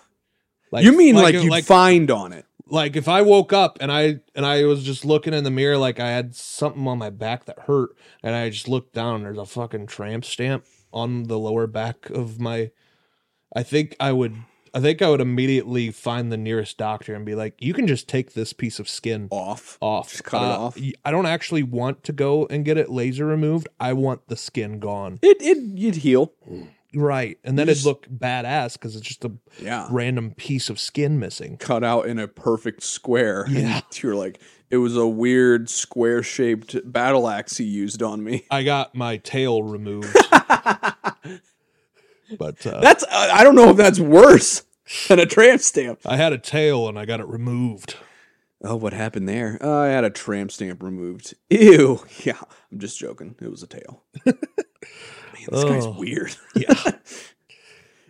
Speaker 2: Like
Speaker 1: you mean like,
Speaker 2: a-
Speaker 1: you
Speaker 2: like,
Speaker 1: find on it?
Speaker 2: like if I woke up and I and I was just looking in the mirror like I had something on my back that hurt and I just looked down and there's a fucking tramp stamp on the lower back of my I think I would I think I would immediately find the nearest doctor and be like you can just take this piece of skin
Speaker 1: Off.
Speaker 2: off. Uh,
Speaker 1: Just cut it off.
Speaker 2: y- I don't actually want to go and get it laser removed. I want the skin gone.
Speaker 1: It it you'd heal.
Speaker 2: Right. And then
Speaker 1: You
Speaker 2: it'd
Speaker 1: just-
Speaker 2: look badass because it's just a
Speaker 1: Yeah.
Speaker 2: random piece of skin missing.
Speaker 1: Cut out in a perfect square.
Speaker 2: Yeah.
Speaker 1: You're like, it was a weird square shaped battle axe he used on me.
Speaker 2: I got my tail removed, but uh,
Speaker 1: That's I I don't know if that's worse than a tramp stamp.
Speaker 2: I had a tail and I got it removed.
Speaker 1: Oh, what happened there? Uh, I had a tramp stamp removed. Ew. Yeah, I'm just joking. It was a tail. Man, this guy's
Speaker 2: Oh.
Speaker 1: weird.
Speaker 2: Yeah.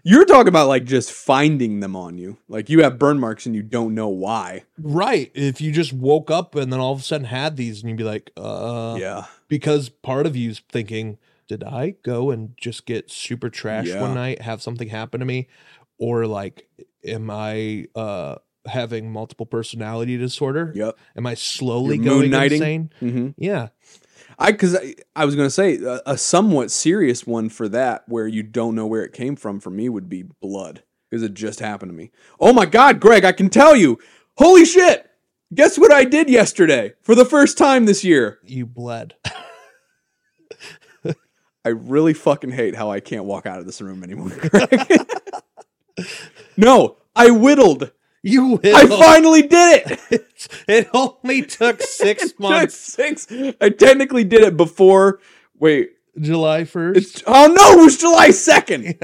Speaker 1: You're talking about like just finding them on you. Like you have burn marks and you don't know why.
Speaker 2: right. If you just woke up and then all of a sudden had these and you'd be like, uh,
Speaker 1: yeah.
Speaker 2: because part of you's thinking, did I go and just get super trashed
Speaker 1: Yeah.
Speaker 2: one night, have something happen to me? Or like, am I, uh, having multiple personality disorder?
Speaker 1: Yep.
Speaker 2: Am I slowly
Speaker 1: You're
Speaker 2: going
Speaker 1: moon-knighting?
Speaker 2: insane?
Speaker 1: Mm-hmm.
Speaker 2: Yeah.
Speaker 1: I because I, I was gonna say uh, a, a somewhat serious one for that where you don't know where it came from for me would be blood because it just happened to me. Oh my God, Greg! I can tell you, holy shit! Guess what I did yesterday for the first time this year?
Speaker 2: You bled.
Speaker 1: I really fucking hate how I can't walk out of this room anymore. Greg. no, I whittled.
Speaker 2: You
Speaker 1: I
Speaker 2: will.
Speaker 1: finally did it.
Speaker 2: it only took six months.
Speaker 1: Six. I technically did it before. Wait,
Speaker 2: July first.
Speaker 1: It's oh no, it was July 2nd.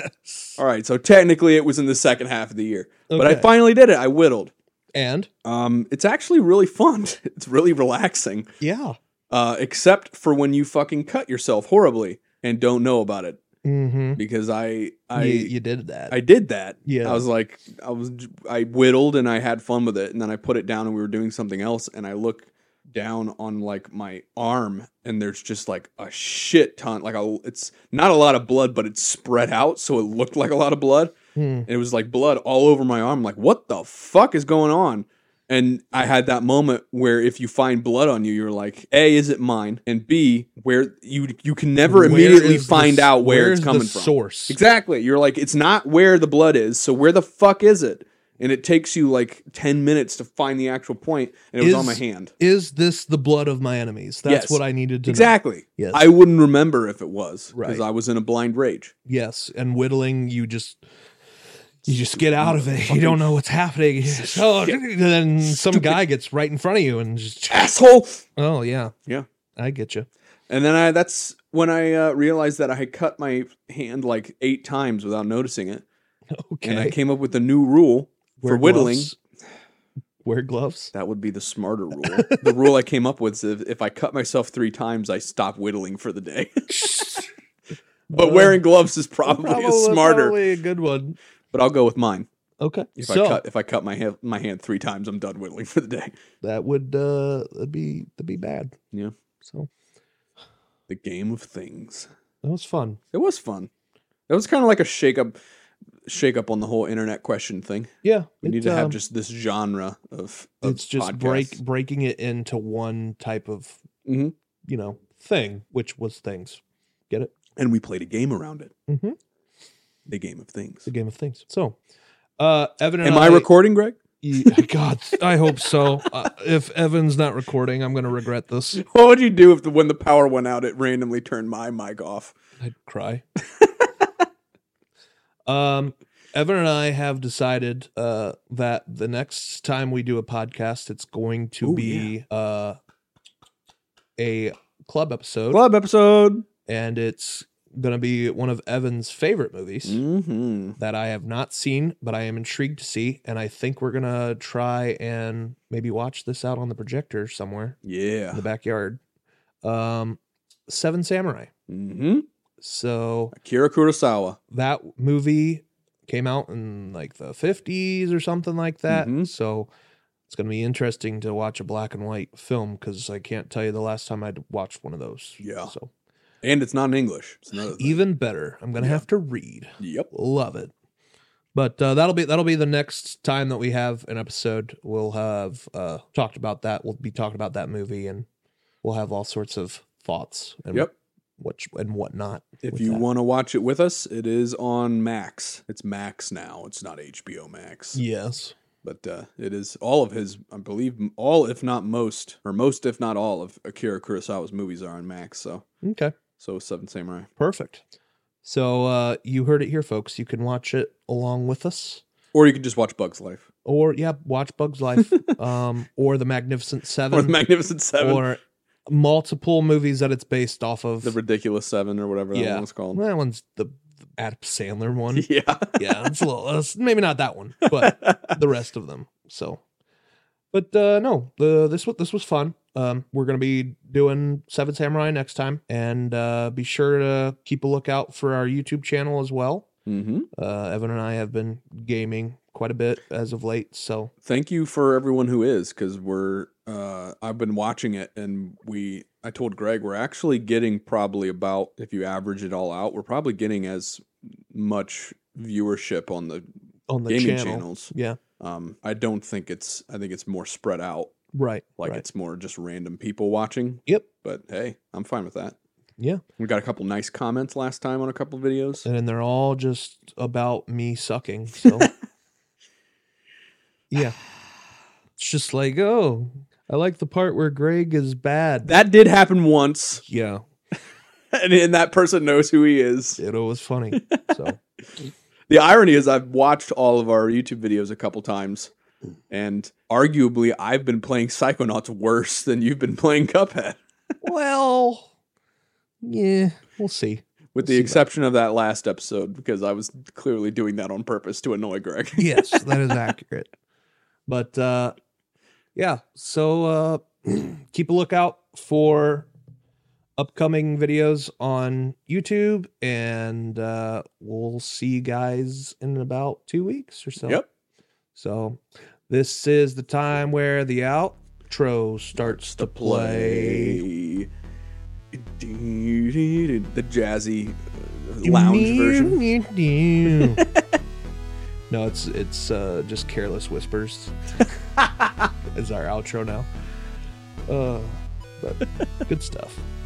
Speaker 1: All right, so technically it was in the second half of the year. But I
Speaker 2: Okay.
Speaker 1: finally did it. I whittled.
Speaker 2: And
Speaker 1: Um it's actually really fun. It's really relaxing.
Speaker 2: yeah.
Speaker 1: Uh except for when you fucking cut yourself horribly and don't know about it
Speaker 2: Mm-hmm.
Speaker 1: because I I
Speaker 2: you, you did that.
Speaker 1: I did that.
Speaker 2: Yeah.
Speaker 1: I was like I was I whittled and I had fun with it and then I put it down and we were doing something else and I look down on like my arm and there's just like a shit ton like a, it's not a lot of blood but it's spread out so it looked like a lot of blood
Speaker 2: Hmm.
Speaker 1: and it was like blood all over my arm. Like, what the fuck is going on? And I had that moment where if you find blood on you, you're like, A, is it mine? And B, where you you can never
Speaker 2: Where
Speaker 1: immediately
Speaker 2: is the
Speaker 1: find
Speaker 2: s-
Speaker 1: out where
Speaker 2: where's
Speaker 1: it's
Speaker 2: the
Speaker 1: coming from.
Speaker 2: Source.
Speaker 1: Exactly. You're like, it's not where the blood is, so where the fuck is it? And it takes you like ten minutes to find the actual point, and it was
Speaker 2: Is-
Speaker 1: on my hand.
Speaker 2: Is this the blood of my enemies?
Speaker 1: Yes.
Speaker 2: That's what I needed to
Speaker 1: Exactly.
Speaker 2: Know. Yes.
Speaker 1: I wouldn't remember if it was because
Speaker 2: Right.
Speaker 1: I was in a blind rage.
Speaker 2: yes. And whittling, you just. You just get out of it. You don't know what's happening. So and then some
Speaker 1: Stupid.
Speaker 2: guy gets right in front of you and just
Speaker 1: Asshole.
Speaker 2: oh yeah
Speaker 1: Yeah.
Speaker 2: I get you.
Speaker 1: And then I that's when I uh, realized that I had cut my hand like eight times without noticing it.
Speaker 2: Okay.
Speaker 1: And I came up with a new rule for
Speaker 2: Wear
Speaker 1: whittling.
Speaker 2: gloves. Wear gloves.
Speaker 1: That would be the smarter rule. the rule I came up with is if, if I cut myself three times, I stop whittling for the day. but
Speaker 2: Uh,
Speaker 1: wearing gloves is probably, a smarter.
Speaker 2: probably a good one.
Speaker 1: But I'll go with mine.
Speaker 2: Okay.
Speaker 1: If
Speaker 2: so
Speaker 1: I cut if I cut my hand, my hand three times, I'm done whittling for the day.
Speaker 2: that would uh that'd be that'd be bad.
Speaker 1: Yeah.
Speaker 2: So
Speaker 1: The game of things.
Speaker 2: that was fun.
Speaker 1: It was fun. That was kind of like a shake up shake up on the whole internet question thing.
Speaker 2: Yeah.
Speaker 1: We
Speaker 2: it,
Speaker 1: need to have
Speaker 2: um,
Speaker 1: just this genre of, of
Speaker 2: it's just
Speaker 1: podcasts.
Speaker 2: break breaking it into one type of
Speaker 1: Mhm.
Speaker 2: you know thing, which was things. Get it?
Speaker 1: and we played a game around it,
Speaker 2: Mm-hmm.
Speaker 1: the game of things.
Speaker 2: It's a game of things. So uh Evan and
Speaker 1: Am I recording, Greg?
Speaker 2: Yeah, God, I hope so. Uh, if Evan's not recording, I'm going to regret this.
Speaker 1: What would you do if the, when the power went out, it randomly turned my mic off?
Speaker 2: I'd cry. um, Evan and I have decided uh, that the next time we do a podcast, it's going to
Speaker 1: Ooh,
Speaker 2: be uh, a club episode,
Speaker 1: Club episode.
Speaker 2: and it's going to be one of Evan's favorite movies.
Speaker 1: Mm-hmm.
Speaker 2: That I have not seen, but I am intrigued to see, and I think we're gonna try and maybe watch this out on the projector somewhere in
Speaker 1: Yeah.
Speaker 2: the backyard. Um, Seven Samurai.
Speaker 1: Mm-hmm.
Speaker 2: So
Speaker 1: Akira Kurosawa.
Speaker 2: that movie came out in like the 50s or something like that.
Speaker 1: Mhm.
Speaker 2: So it's going to be interesting to watch a black and white film because I can't tell you the last time I'd watched one of those.
Speaker 1: Yeah.
Speaker 2: So
Speaker 1: And it's not in English. It's another thing.
Speaker 2: even better. I'm going to
Speaker 1: Yeah.
Speaker 2: have to read.
Speaker 1: Yep.
Speaker 2: Love it. But uh, that'll be that'll be the next time that we have an episode. We'll have uh, talked about that. We'll be talking about that movie, and we'll have all sorts of thoughts and
Speaker 1: Yep.
Speaker 2: what and whatnot.
Speaker 1: If
Speaker 2: with
Speaker 1: you
Speaker 2: that.
Speaker 1: want to watch it with us, it is on Max. It's Max now. It's not HBO Max.
Speaker 2: yes,
Speaker 1: But uh, it is all of his, I believe, m- all if not most, or most if not all of Akira Kurosawa's movies are on Max. So,
Speaker 2: okay.
Speaker 1: so is Seven Samurai.
Speaker 2: Perfect. So uh, you heard it here, folks. You can watch it along with us,
Speaker 1: Or you can just watch Bug's Life
Speaker 2: or yeah, watch Bugs Life, um, or The Magnificent Seven,
Speaker 1: or The Magnificent Seven,
Speaker 2: or multiple movies that it's based off of.
Speaker 1: The Ridiculous Seven, or whatever that
Speaker 2: Yeah.
Speaker 1: one's called.
Speaker 2: that one's the, the Adam Sandler one.
Speaker 1: Yeah.
Speaker 2: yeah, it's a little uh, maybe not that one, but the rest of them. So, but uh, no, the this was this was fun. Um, we're gonna be doing Seven Samurai next time, and uh, be sure to keep a lookout for our YouTube channel as well.
Speaker 1: hmm
Speaker 2: Uh, Evan and I have been gaming quite a bit as of late, so
Speaker 1: Thank you for everyone who is, because we're. Uh, I've been watching it, and we. I told Greg we're actually getting probably about if you average it all out, we're probably getting as much viewership on the,
Speaker 2: on the
Speaker 1: gaming
Speaker 2: channel,
Speaker 1: channels.
Speaker 2: yeah,
Speaker 1: Um, I don't think it's. I think it's more spread out.
Speaker 2: right,
Speaker 1: Like
Speaker 2: right.
Speaker 1: it's more just random people watching.
Speaker 2: Yep.
Speaker 1: But hey, I'm fine with that.
Speaker 2: Yeah. Uh,
Speaker 1: We got a couple nice comments last time on a couple videos.
Speaker 2: and then they're all just about me sucking. So yeah, it's just like, oh, I like the part where Greg is bad.
Speaker 1: That did happen once,
Speaker 2: yeah,
Speaker 1: and, and that person knows who he is.
Speaker 2: it was funny. So
Speaker 1: The irony is, I've watched all of our YouTube videos a couple times, and arguably, I've been playing Psychonauts worse than you've been playing Cuphead,
Speaker 2: well, yeah, we'll see.
Speaker 1: with
Speaker 2: See
Speaker 1: the
Speaker 2: that.
Speaker 1: exception of that last episode, because I was clearly doing that on purpose to annoy Greg.
Speaker 2: yes, that is accurate. But uh yeah, so uh keep a lookout for upcoming videos on YouTube and uh we'll see you guys in about 2 weeks or so.
Speaker 1: Yep.
Speaker 2: So this is the time where the outro starts to play.
Speaker 1: Play the jazzy uh, lounge version.
Speaker 2: no, it's it's uh, just careless whispers. is our outro now. Uh, but good stuff.